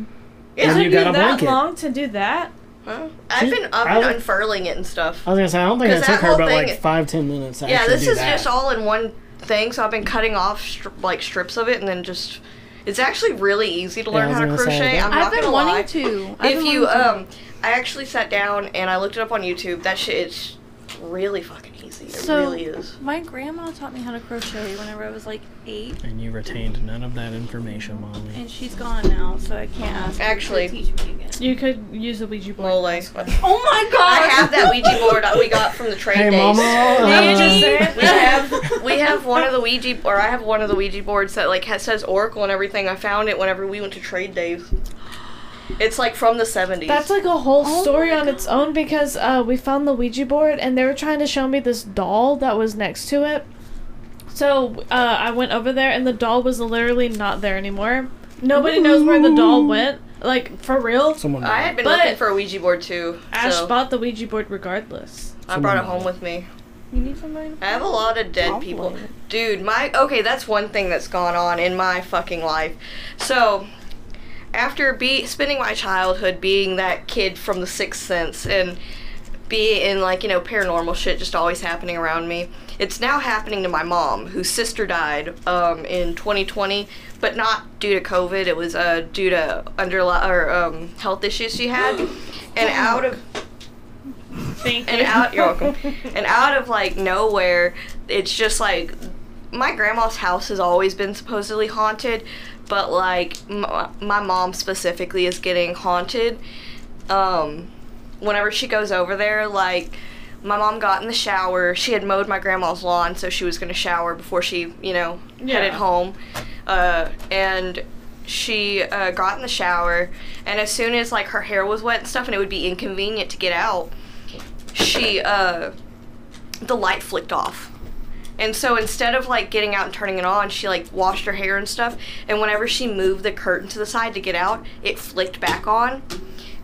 It
Yeah.
took
you
you
got a
that
blanket.
long to do that?
Huh? I've been up
I
and
like-
unfurling it and stuff.
I was gonna say I don't think
'Cause
it took
that
her
whole
about
thing-
like five ten minutes. To
Yeah,
actually
this
do
is
that.
just all in one thing, so I've been cutting off stri- like strips of it and then just. It's actually really easy to
I
learn
was
how to
gonna say,
crochet.
that-
I'm
I've
not
been
gonna lie.
wanting to. I've
If
been
you
wanting to.
um, I actually sat down and I looked it up on YouTube. That shit is really fucking easy. It
So-
really is.
My grandma taught me how to crochet whenever I was like eight,
And you retained none of that information, Molly.
and she's gone now, so I can't ask. her to
Actually-
teach me again.
You could use a Ouija board.
Mole.
(laughs)
I
Oh my god!
have that Ouija board that we got
(laughs)
from the trade
Hey,
days.
Mama.
Did you
uh,
just say it?
We have we have one of the Ouija or I have one of the Ouija boards that like has, says Oracle and everything. I found it whenever we went to trade days. It's like from the 70s.
That's like a whole
Oh
story
my
on its own because uh, we found the Ouija board and they were trying to show me this doll that was next to it. So uh, I went over there and the doll was literally not there anymore. Nobody knows where the doll went. Like, for real?
Someone.
I had been
But-
looking for a Ouija board too.
Ash
so
bought the Ouija board regardless.
I brought it home with me.
You need somebody.
I have a lot of dead people. Dude, my okay, that's one thing that's gone on in my fucking life. So, after be spending my childhood being that kid from the Sixth Sense and being like you know paranormal shit just always happening around me, it's now happening to my mom, whose sister died um, in 2020, but not due to COVID. It was uh, due to underli or um, health issues
(gasps)
she had, and out of
Thank
and out you're welcome and out of like nowhere it's just like my grandma's house has always been supposedly haunted but like m- my mom specifically is getting haunted um whenever she goes over there like my mom got in the shower she had mowed my grandma's lawn so she was going to shower before she you know headed
Yeah.
home uh, and she uh, got in the shower and as soon as like her hair was wet and stuff and it would be inconvenient to get out she uh the light flicked off and so instead of like getting out and turning it on she like washed her hair and stuff and whenever she moved the curtain to the side to get out it flicked back on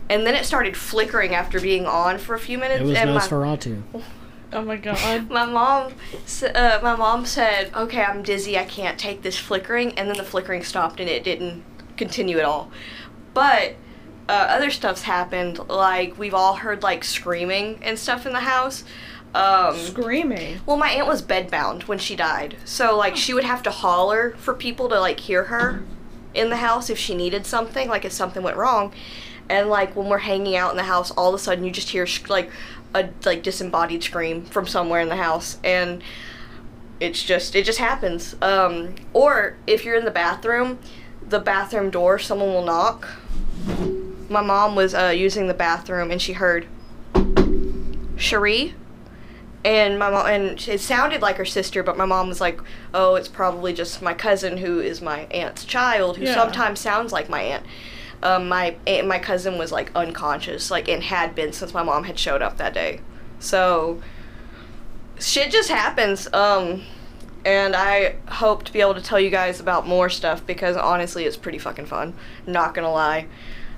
and then it started flickering after being on for a few minutes
It was
and my-
Nosferatu.
(laughs) Oh my god.
my mom, s- uh, my mom said, "Okay, I'm dizzy. I can't take this flickering." And then the flickering stopped, and it didn't continue at all. But uh, other stuff's happened. Like we've all heard like screaming and stuff in the house. Um,
Screaming.
well, my aunt was bedbound when she died, so like she would have to holler for people to like hear her in the house if she needed something, like if something went wrong. And like when we're hanging out in the house, all of a sudden you just hear sh- like a like disembodied scream from somewhere in the house, and it's just it just happens. Um, or if you're in the bathroom, the bathroom door, someone will knock. My mom was uh, using the bathroom and she heard Cherie and my mom and it sounded like her sister but my mom was like oh it's probably just my cousin who is my aunt's child who
Yeah.
sometimes sounds like my aunt um, my aunt, my cousin was like unconscious like and had been since my mom had showed up that day so shit just happens um and i hope to be able to tell you guys about more stuff because honestly it's pretty fucking fun not gonna lie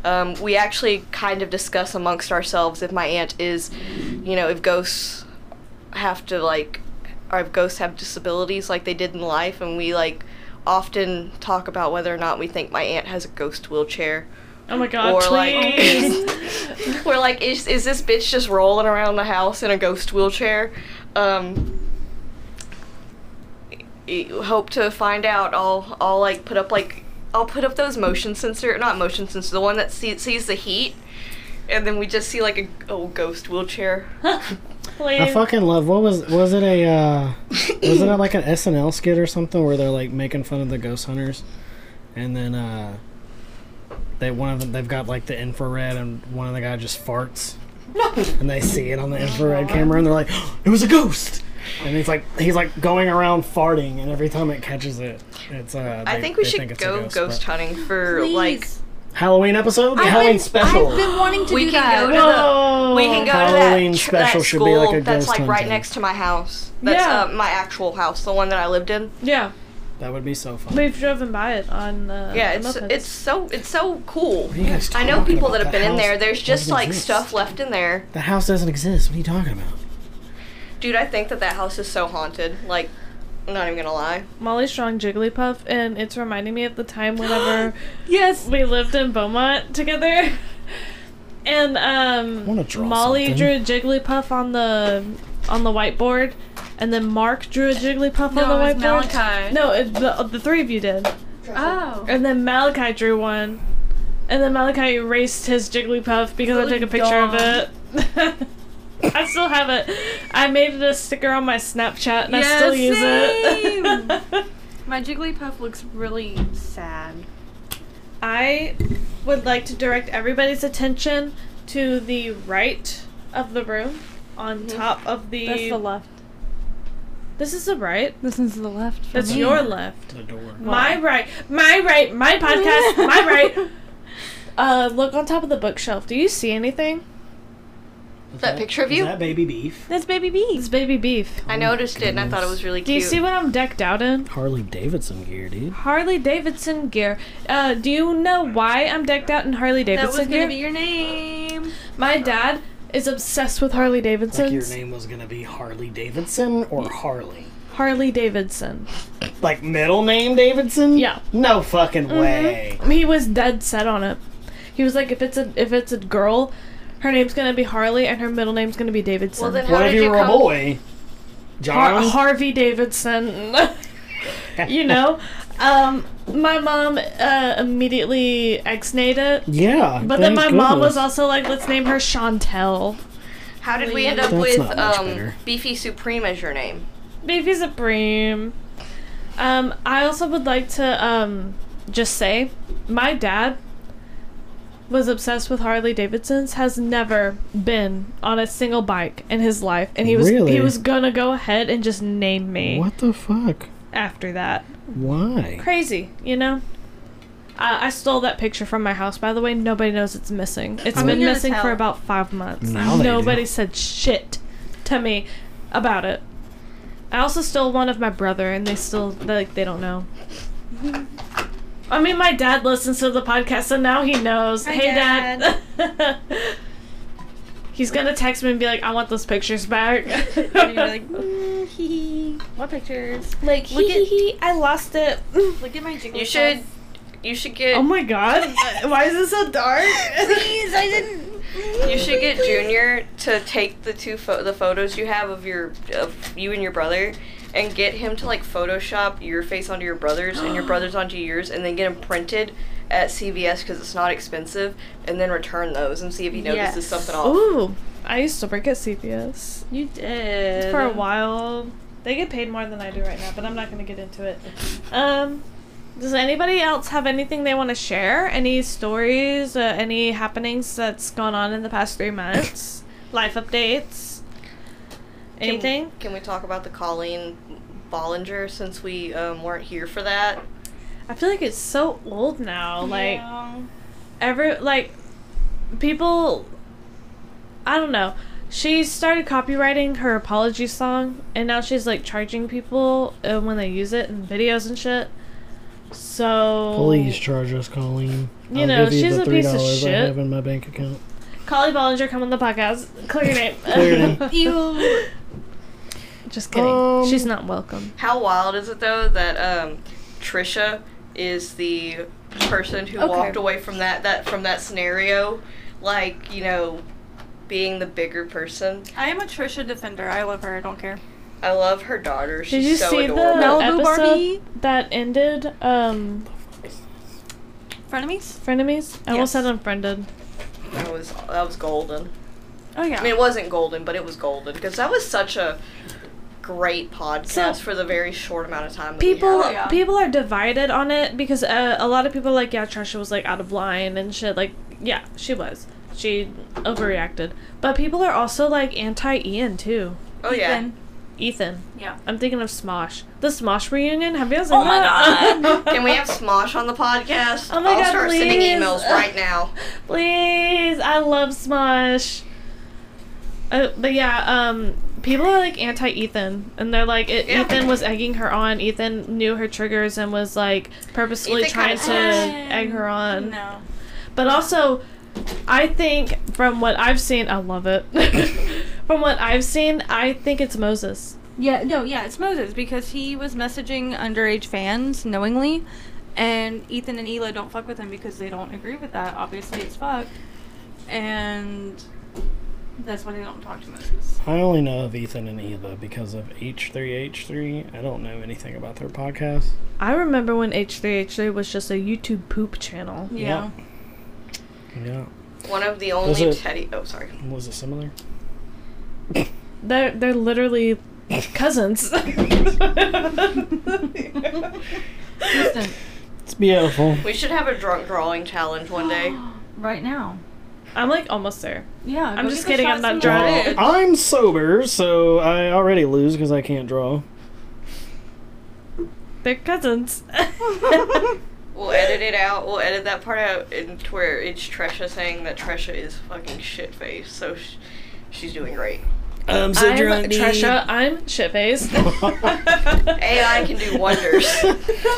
um, we actually kind of discuss amongst ourselves if my aunt is you know if ghosts have to like or if ghosts have disabilities like they did in life and we like often talk about whether or not we think my aunt has a ghost wheelchair
Oh my god,
or
please.
(laughs) like we're like is, is this bitch just rolling around the house in a ghost wheelchair um y- hope to find out i'll i'll like put up like i'll put up those motion sensor not motion sensor the one that see, sees the heat and then we just see like a old ghost wheelchair
I
please.
fucking love. What was was it a
(laughs)
uh, was it like an SNL skit or something where they're like making fun of the ghost hunters, and then uh, they one of them they've got like the infrared and one of the guy just farts, and they see it on the infrared camera and they're like, it was a ghost, and he's like he's like going around farting and every time it catches it, it's uh.
i
they-
think we
they
should
it's a
go ghost,
but-
hunting for
Please.
like
Halloween episode.
I've been-
Halloween special.
I've been wanting to
We
do
can
that.
go to-
Whoa.
We can go
Halloween
to that, tr-
special
that
should be
school
like a
that's
ghost
like right
hunting.
next to my house. That's
Yeah.
uh, my actual house, the one that I lived in.
Yeah,
that would be so fun.
we've driven by it on the. the
Yeah, it's
mopeds.
it's so it's so cool.
What are you guys
I know
talking
people
about?
that have been in
house
there. There's just
doesn't
like
exist.
stuff left in there,
That house doesn't exist. What are you talking about?
dude. I think that that house is so haunted. Like, I'm not even gonna lie.
Oh
Molly Strong Jigglypuff, and it's reminding me of the time whenever
(gasps) Yes.
we lived in Beaumont together. And
wanna
um,
draw
Molly
something.
drew a Jigglypuff on the on the whiteboard, and then Mark drew a Jigglypuff
No,
on the
it was
whiteboard.
Malachi.
No, it, the, the three of you did,
Oh.
and then Malachi drew one, and then Malachi erased his Jigglypuff because I took a picture of it. (laughs) I still have it. I made it a sticker on my Snapchat, and I still use
Yes,
(laughs) it.
My Jigglypuff looks really sad.
I would like to direct everybody's attention to the right of the room on top of the.
Mm-hmm. That's the left. Mm-hmm.
This is the right.
This is the left. for
(laughs)
That's
me.
your left.
The door.
(laughs)
My right. My right. My podcast. my right. Uh, look on top of the bookshelf. Do you see anything?
Is
That picture of
is
you?
that baby beef?
That's baby beef. It's baby beef.
I
Oh,
noticed it and I thought it
goodness.
was really
Do
cute.
you see what I'm decked out in?
Harley Davidson gear, dude.
Harley Davidson gear. Uh, do you know why I'm decked out in Harley
That was
Davidson
gonna
gear?
be your name.
My dad is obsessed with Harley
Like your
Davidsons.
name was gonna be Harley Davidson or Harley.
Harley Davidson.
Like middle name Davidson?
Yeah. Mm-hmm.
No fucking way.
He was dead set on it. He was like, if it's a if it's a girl, her name's gonna be Harley and her middle name's gonna be Davidson.
Well, then how
What if
did
you were a
come-
boy?
Har-
John.
Harvey
(laughs)
Davidson. you know, um, my mom uh, immediately ex-nayed it,
yeah.
but then my
thank
mom was
goodness.
also like, let's name her Chantel.
How did we end up
That's
with
not much
um,
better.
Beefy Supreme as your name?
Baby Supreme. Um, I also would like to um, just say my dad was obsessed with Harley Davidsons, has never been on a single bike in his life, and he was
Really?
he was gonna go ahead and just name me
What the fuck?
after that.
Why?
Crazy, you know. I I stole that picture from my house, by the way. Nobody knows it's missing. It's
I'm
been
gonna
missing for
tell.
about five months.
Now they do.
Nobody said shit to me about it. I also stole one of my brother, and they still they, like they don't
(laughs)
know. I mean, my dad listens to the podcast, so now he knows.
Hi,
hey, dad. (laughs) He's gonna text me and be like, "I want those pictures back."
And you're
(laughs)
like, mm, hee hee. What pictures?
like,
look at-
I lost
(laughs)
it.
Look at my jiggle.
You should, you should
(laughs)
get,
Oh my god. Why is it so dark?
(laughs) Please, I didn't.
you should get Junior to take the two pho- the photos you have of your of you and your brother, and get him to like Photoshop your face onto your brother's and your brother's onto yours, and then get them printed at CVS because it's not expensive, and then return those and see if he notices
Yes.
something off.
Ooh, I used to work at CPS
You did
for a while. They get paid more than I do right now, but I'm not going to get into it. Um, does anybody else have anything they want to share? Any stories? Uh, any happenings that's gone on in the past three months? Life updates?
Can-
Anything?
Can, we talk about the Colleen Bollinger since we um, weren't here for that?
I feel like it's so old now. Like,
Yeah.
Every like people i don't know she started copywriting her apology song and now she's like charging people uh, when they use it in videos and shit so
Please charge us, Colleen.
You
I'll
know,
give you
she's
the
a piece of
$3 I
shit.
have in my bank account.
Collie Bollinger, come on the podcast. Clear your name.
Clear your
(laughs)
name.
Ew.
Just kidding.
Um,
She's not welcome.
How wild is it though that um, Trisha is the person who
Okay.
walked away from that that from that scenario, like you know, being the bigger person.
I am a Trisha defender. I love her. I don't care.
I love her daughter. She's
Did you
so
see
adorable.
the
Malibu
episode
Barbie?
that ended? Um,
Frenemies?
frenemies. I almost
Yes.
said unfriended.
That was that was golden.
Oh yeah.
I mean, it wasn't golden, but it was golden because that was such a great podcast for the very short amount of time. That we
people (laughs)
had.
Yeah.
people are divided on it because uh, a lot of people are like yeah Trisha was like out of line and shit like yeah she was she overreacted but people are also like anti Ian too
Oh yeah.
Ethan.
Ethan
Yeah.
I'm thinking of Smosh the Smosh reunion have you guys
Oh
seen (laughs)
my
that?
(laughs)
God.
Can we have Smosh on the podcast?
(laughs) Oh my
I'll
God,
start sending
please.
emails right now.
(laughs) please I love Smosh uh, but yeah um people are like anti Ethan and they're like it,
Yeah.
Ethan was egging her on Ethan knew her triggers and was like purposefully
Ethan
trying
kinda
to
sucks.
egg her on
No.
But also, I think from what I've seen, I love it. (laughs) from what I've seen, I think it's Moses.
Yeah, no, yeah, it's Moses because he was messaging underage fans knowingly, and Ethan and Ela don't fuck with him because they don't agree with that. Obviously, it's fuck, and that's why they don't talk
(laughs)
to Moses.
I only know of Ethan and Eva because of H3H3. I don't know anything about their podcast.
I remember when H3H3 was just a YouTube poop channel.
Yeah,
Yeah.
One of the
Was
only
it-
Teddy. Oh, sorry.
Was it similar?
They're they're literally cousins. (laughs)
Listen,
It's beautiful.
We should have a drunk drawing challenge
(gasps)
one day.
(gasps) right now.
I'm like almost there.
Yeah,
I'm
go
just
get the
kidding, I'm
shots
not
and
drunk.
watch
Well,
it.
I'm sober, so I already lose because I can't draw.
They're cousins.
We'll edit it out. We'll edit that part out and to where it's Tresha saying that Tresha is fucking shit faced. So sh- she's doing great.
I'm so
I'm
drunk. dude.
Trisha. I'm
(laughs)
shitface.
AI can do wonders.
(laughs)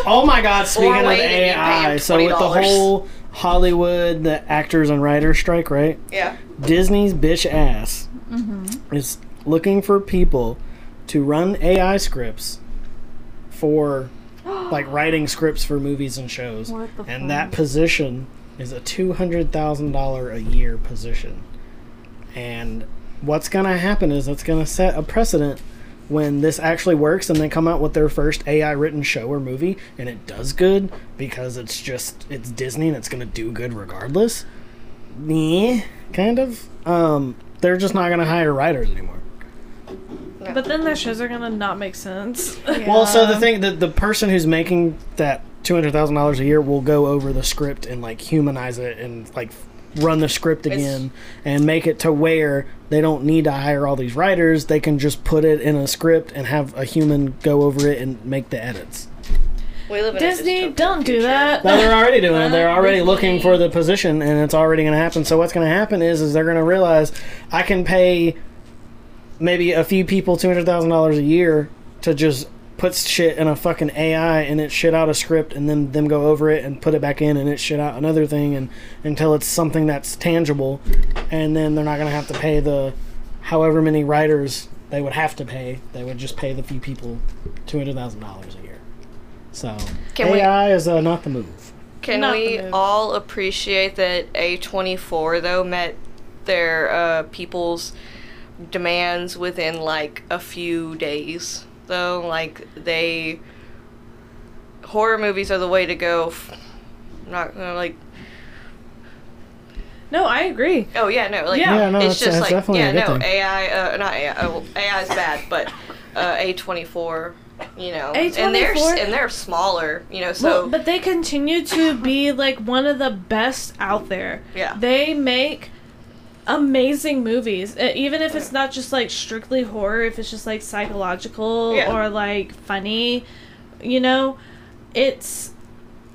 Oh my god, speaking of
wait, if you pay him
AI, so with the
$20.
whole Hollywood, the actors and writers strike, right?
yeah.
Disney's bitch ass
Mm-hmm.
is looking for people to run AI scripts for
(gasps)
like writing scripts for movies and shows.
What the
and that position is a $200,000 a year position. And what's going to happen is that's going to set a precedent when this actually works and they come out with their first AI written show or movie and it does good because it's just it's Disney and it's going to do good regardless. Meh, kind of. Um they're just not going to hire writers anymore.
(laughs) but then their shows are gonna not make sense. (laughs)
Well, so the thing that the person who's making that two hundred thousand dollars a year will go over the script and like humanize it and like run the script again and make it to where they don't need to hire all these writers. They can just put it in a script and have a human go over it and make the edits.
We live in a
Disney,
dystopian
don't do
future.
that.
No, they're already doing it. They're already
Disney.
looking for the position, and it's already going to happen. So what's going to happen is, is they're going to realize I can pay maybe a few people two hundred thousand dollars a year to just put shit in a fucking AI and it shit out a script, and then them go over it and put it back in, and it shit out another thing, and until it's something that's tangible, and then they're not going to have to pay the however many writers they would have to pay. They would just pay the few people two hundred thousand dollars a year. So
Can we-
AI is uh, not the move.
Can
Not
we
the move.
all appreciate that A24 though met their uh, people's demands within like a few days though? Like they horror movies are the way to go. F- Not uh, like
(laughs) No, I agree.
oh yeah no like
Yeah.
Yeah, no,
it's
that's-
just
that's
like
definitely a
yeah
good
no
thing.
AI uh, not AI uh, well, AI is bad but uh, A24 you know and they're s-
A24
and they're smaller you know so
Well, but they continue to be like one of the best out there.
Yeah.
They make amazing movies, E- even if it's not just like strictly horror. If it's just like psychological
Yeah.
or like funny, you know, it's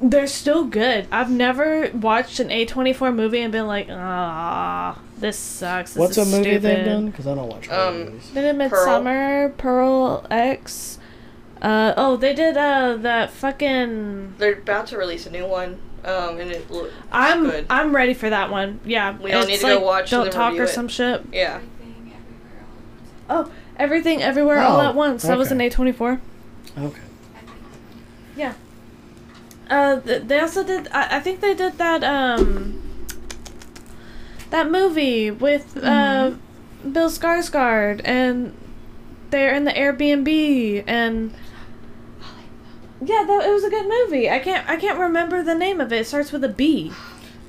they're still good. I've never watched an A twenty four movie and been like, ah, this sucks. This
What's a
is
movie
stupid.
they've done? Because I don't watch horror
Um,
movies.
They did Midsummer, Pearl, X. Uh, oh, they did uh that fucking
they're about to release a new one um, and it looks
I'm
good.
I'm ready for that one. Yeah,
We all
It's
need to go watch and
Don't
then
talk
review
or
it.
some shit.
yeah.
Oh, everything, everywhere, all
Oh,
at once. That was an
okay.
A twenty four.
Okay.
Uh, th- they also did. I, I think they did that um that movie with uh Bill Skarsgård and they're in the Airbnb and. Yeah, that, it was a good movie. I can't I can't remember the name of it. It starts with a B.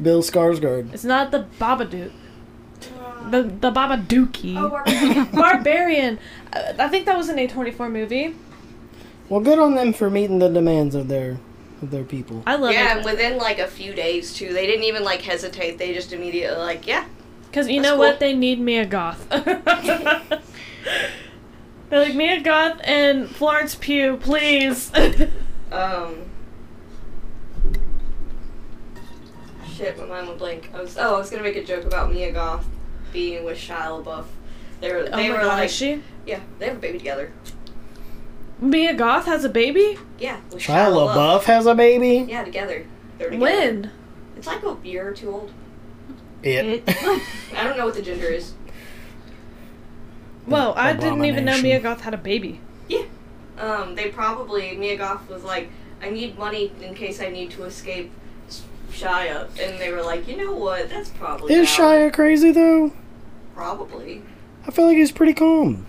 Bill Skarsgård.
It's not the Babadook. The the Babadookie.
Oh, Barbarian.
(laughs) Barbarian. Uh, I think that was an A24 movie.
Well, good on them for meeting the demands of their of their people.
I love
Yeah,
yeah,
and within like a few days too. They didn't even like hesitate. They just immediately like, yeah,
Because you
That's
know
cool.
what? They need Mia
(laughs)
Goth. They're like, Mia Goth and Florence Pugh, please. (laughs) Oh
um Shit, my mind went blank. I was oh, I was gonna make a joke about Mia Goth being with Shia LaBeouf. They were
oh
they
my
were
god,
like
is she?
Yeah, they have a baby together.
Mia Goth has a baby?
Yeah, with
Shia LaBeouf has a baby.
Yeah, together. They're together.
When?
It's like a year or two old.
It. (laughs)
I don't know what the gender is.
Whoa, I didn't even know
Abomination.
Mia Goth had a baby.
Um, they probably Mia Goth was like, I need money in case I need to escape Shia, and they were like, you know what? That's probably
Is
valid."
Shia crazy though?
probably.
I feel like he's pretty calm.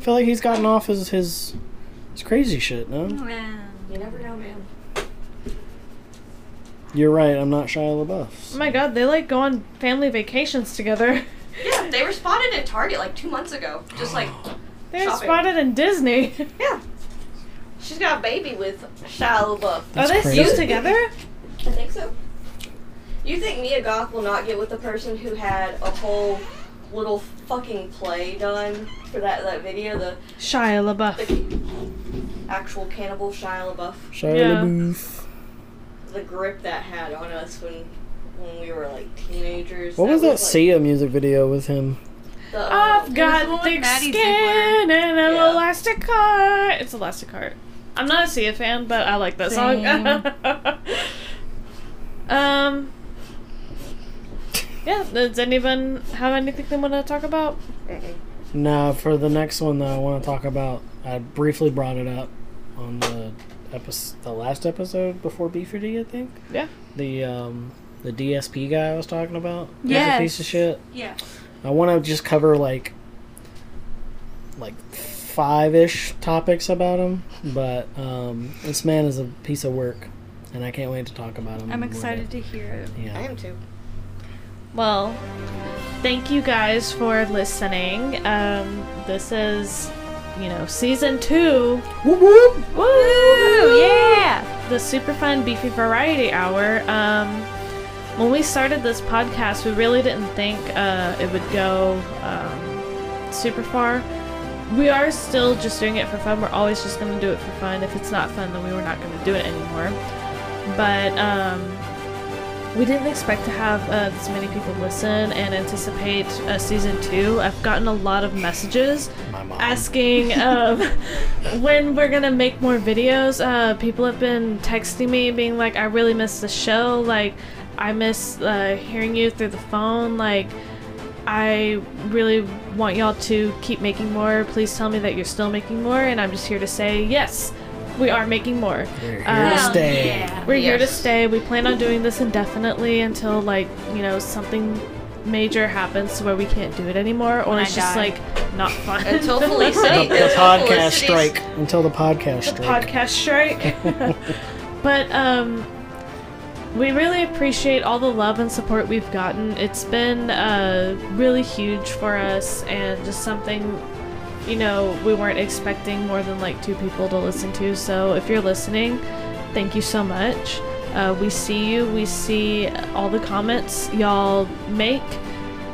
I feel like he's gotten off his his, his crazy shit.
Oh,
No,
You never know, man.
you're right. I'm not Shia LaBeouf.
Oh my god, they like go on family vacations together. (laughs)
Yeah, they responded at Target like two months ago.
(gasps)
Just like,
They're
Shopping.
spotted in Disney.
yeah. She's got a baby with Shia LaBeouf.
Are
That's
they
crazy.
still together?
I think so. You think Mia Goth will not get with the person who had a whole little fucking play done for that, that video? The,
Shia LaBeouf.
the actual cannibal Shia LaBeouf.
Shia
Yeah.
LaBeouf.
The the grip that had on us when when we were like teenagers.
What was that
like,
Sia music video with him?
the, uh,
I've
the one
got
with
thick
Maddie
skin and an
Yeah.
elastic heart. It's elastic heart. I'm not a Sia fan, but I like that song. (laughs) um. Yeah. Does anyone have anything they want to talk about?
mm-mm.
No, for the next one that I want to talk about, I briefly brought it up on the episode, the last episode before B4D, I think.
Yeah.
The um, the DSP guy I was talking about. He's
Yes.
a piece of shit.
Yeah.
I want to just cover like like five ish topics about him, but um, this man is a piece of work, and I can't wait to talk about him.
I'm
one day.
excited to hear it.
I
Yeah.
am too.
Well, thank you guys for listening. Um, this is, you know, season two.
Whoop whoop.
Woo! Yeah! The super fun beefy variety hour. Um, when we started this podcast, we really didn't think uh, it would go um, super far. We are still just doing it for fun. We're always just going to do it for fun. If it's not fun, then we were not going to do it anymore. But um, we didn't expect to have uh, this many people listen and anticipate a season two. I've gotten a lot of messages
My mom.
asking um, when we're gonna make more videos. Uh, people have been texting me, being like, "I really miss the show. Like, I miss uh, hearing you through the phone. Like, I really want y'all to keep making more. Please tell me that you're still making more." And I'm just here to say, yes, we are making more.
We're here to
Um,
stay.
We're here to
Yes.
stay. We plan on doing this indefinitely until like you know something major happens to where we can't do it anymore, or
When I
it's just
die.
like not fun. (laughs)
Until Felicity-
The, the
Until
podcast
Felicity's-
strike. Until the podcast
the
strike.
podcast
(laughs)
strike. but um, we really appreciate all the love and support we've gotten. It's been uh, really huge for us and just something, you know, we weren't expecting more than like two people to listen to. So if you're listening, thank you so much. Uh, we see you. We see all the comments y'all make,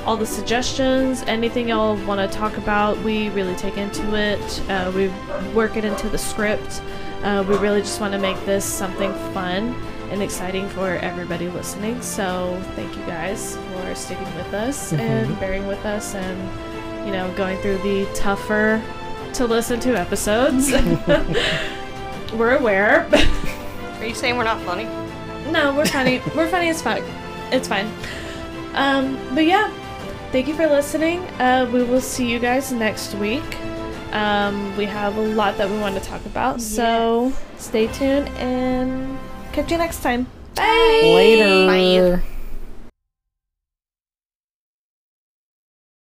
all the suggestions, anything y'all want to talk about. We really take into it. Uh, we work it into the script. Uh, we really just want to make this something fun and exciting for everybody listening. So thank you guys for sticking with us and bearing with us and, you know, going through the tougher to listen to episodes. (laughs) We're aware.
Are you saying we're not funny?
No, we're funny. we're funny as fuck. It's fine. Um, but yeah, thank you for listening. Uh, we will see you guys next week. Um, we have a lot that we want to talk about, so stay tuned and catch you next time. Bye.
Later.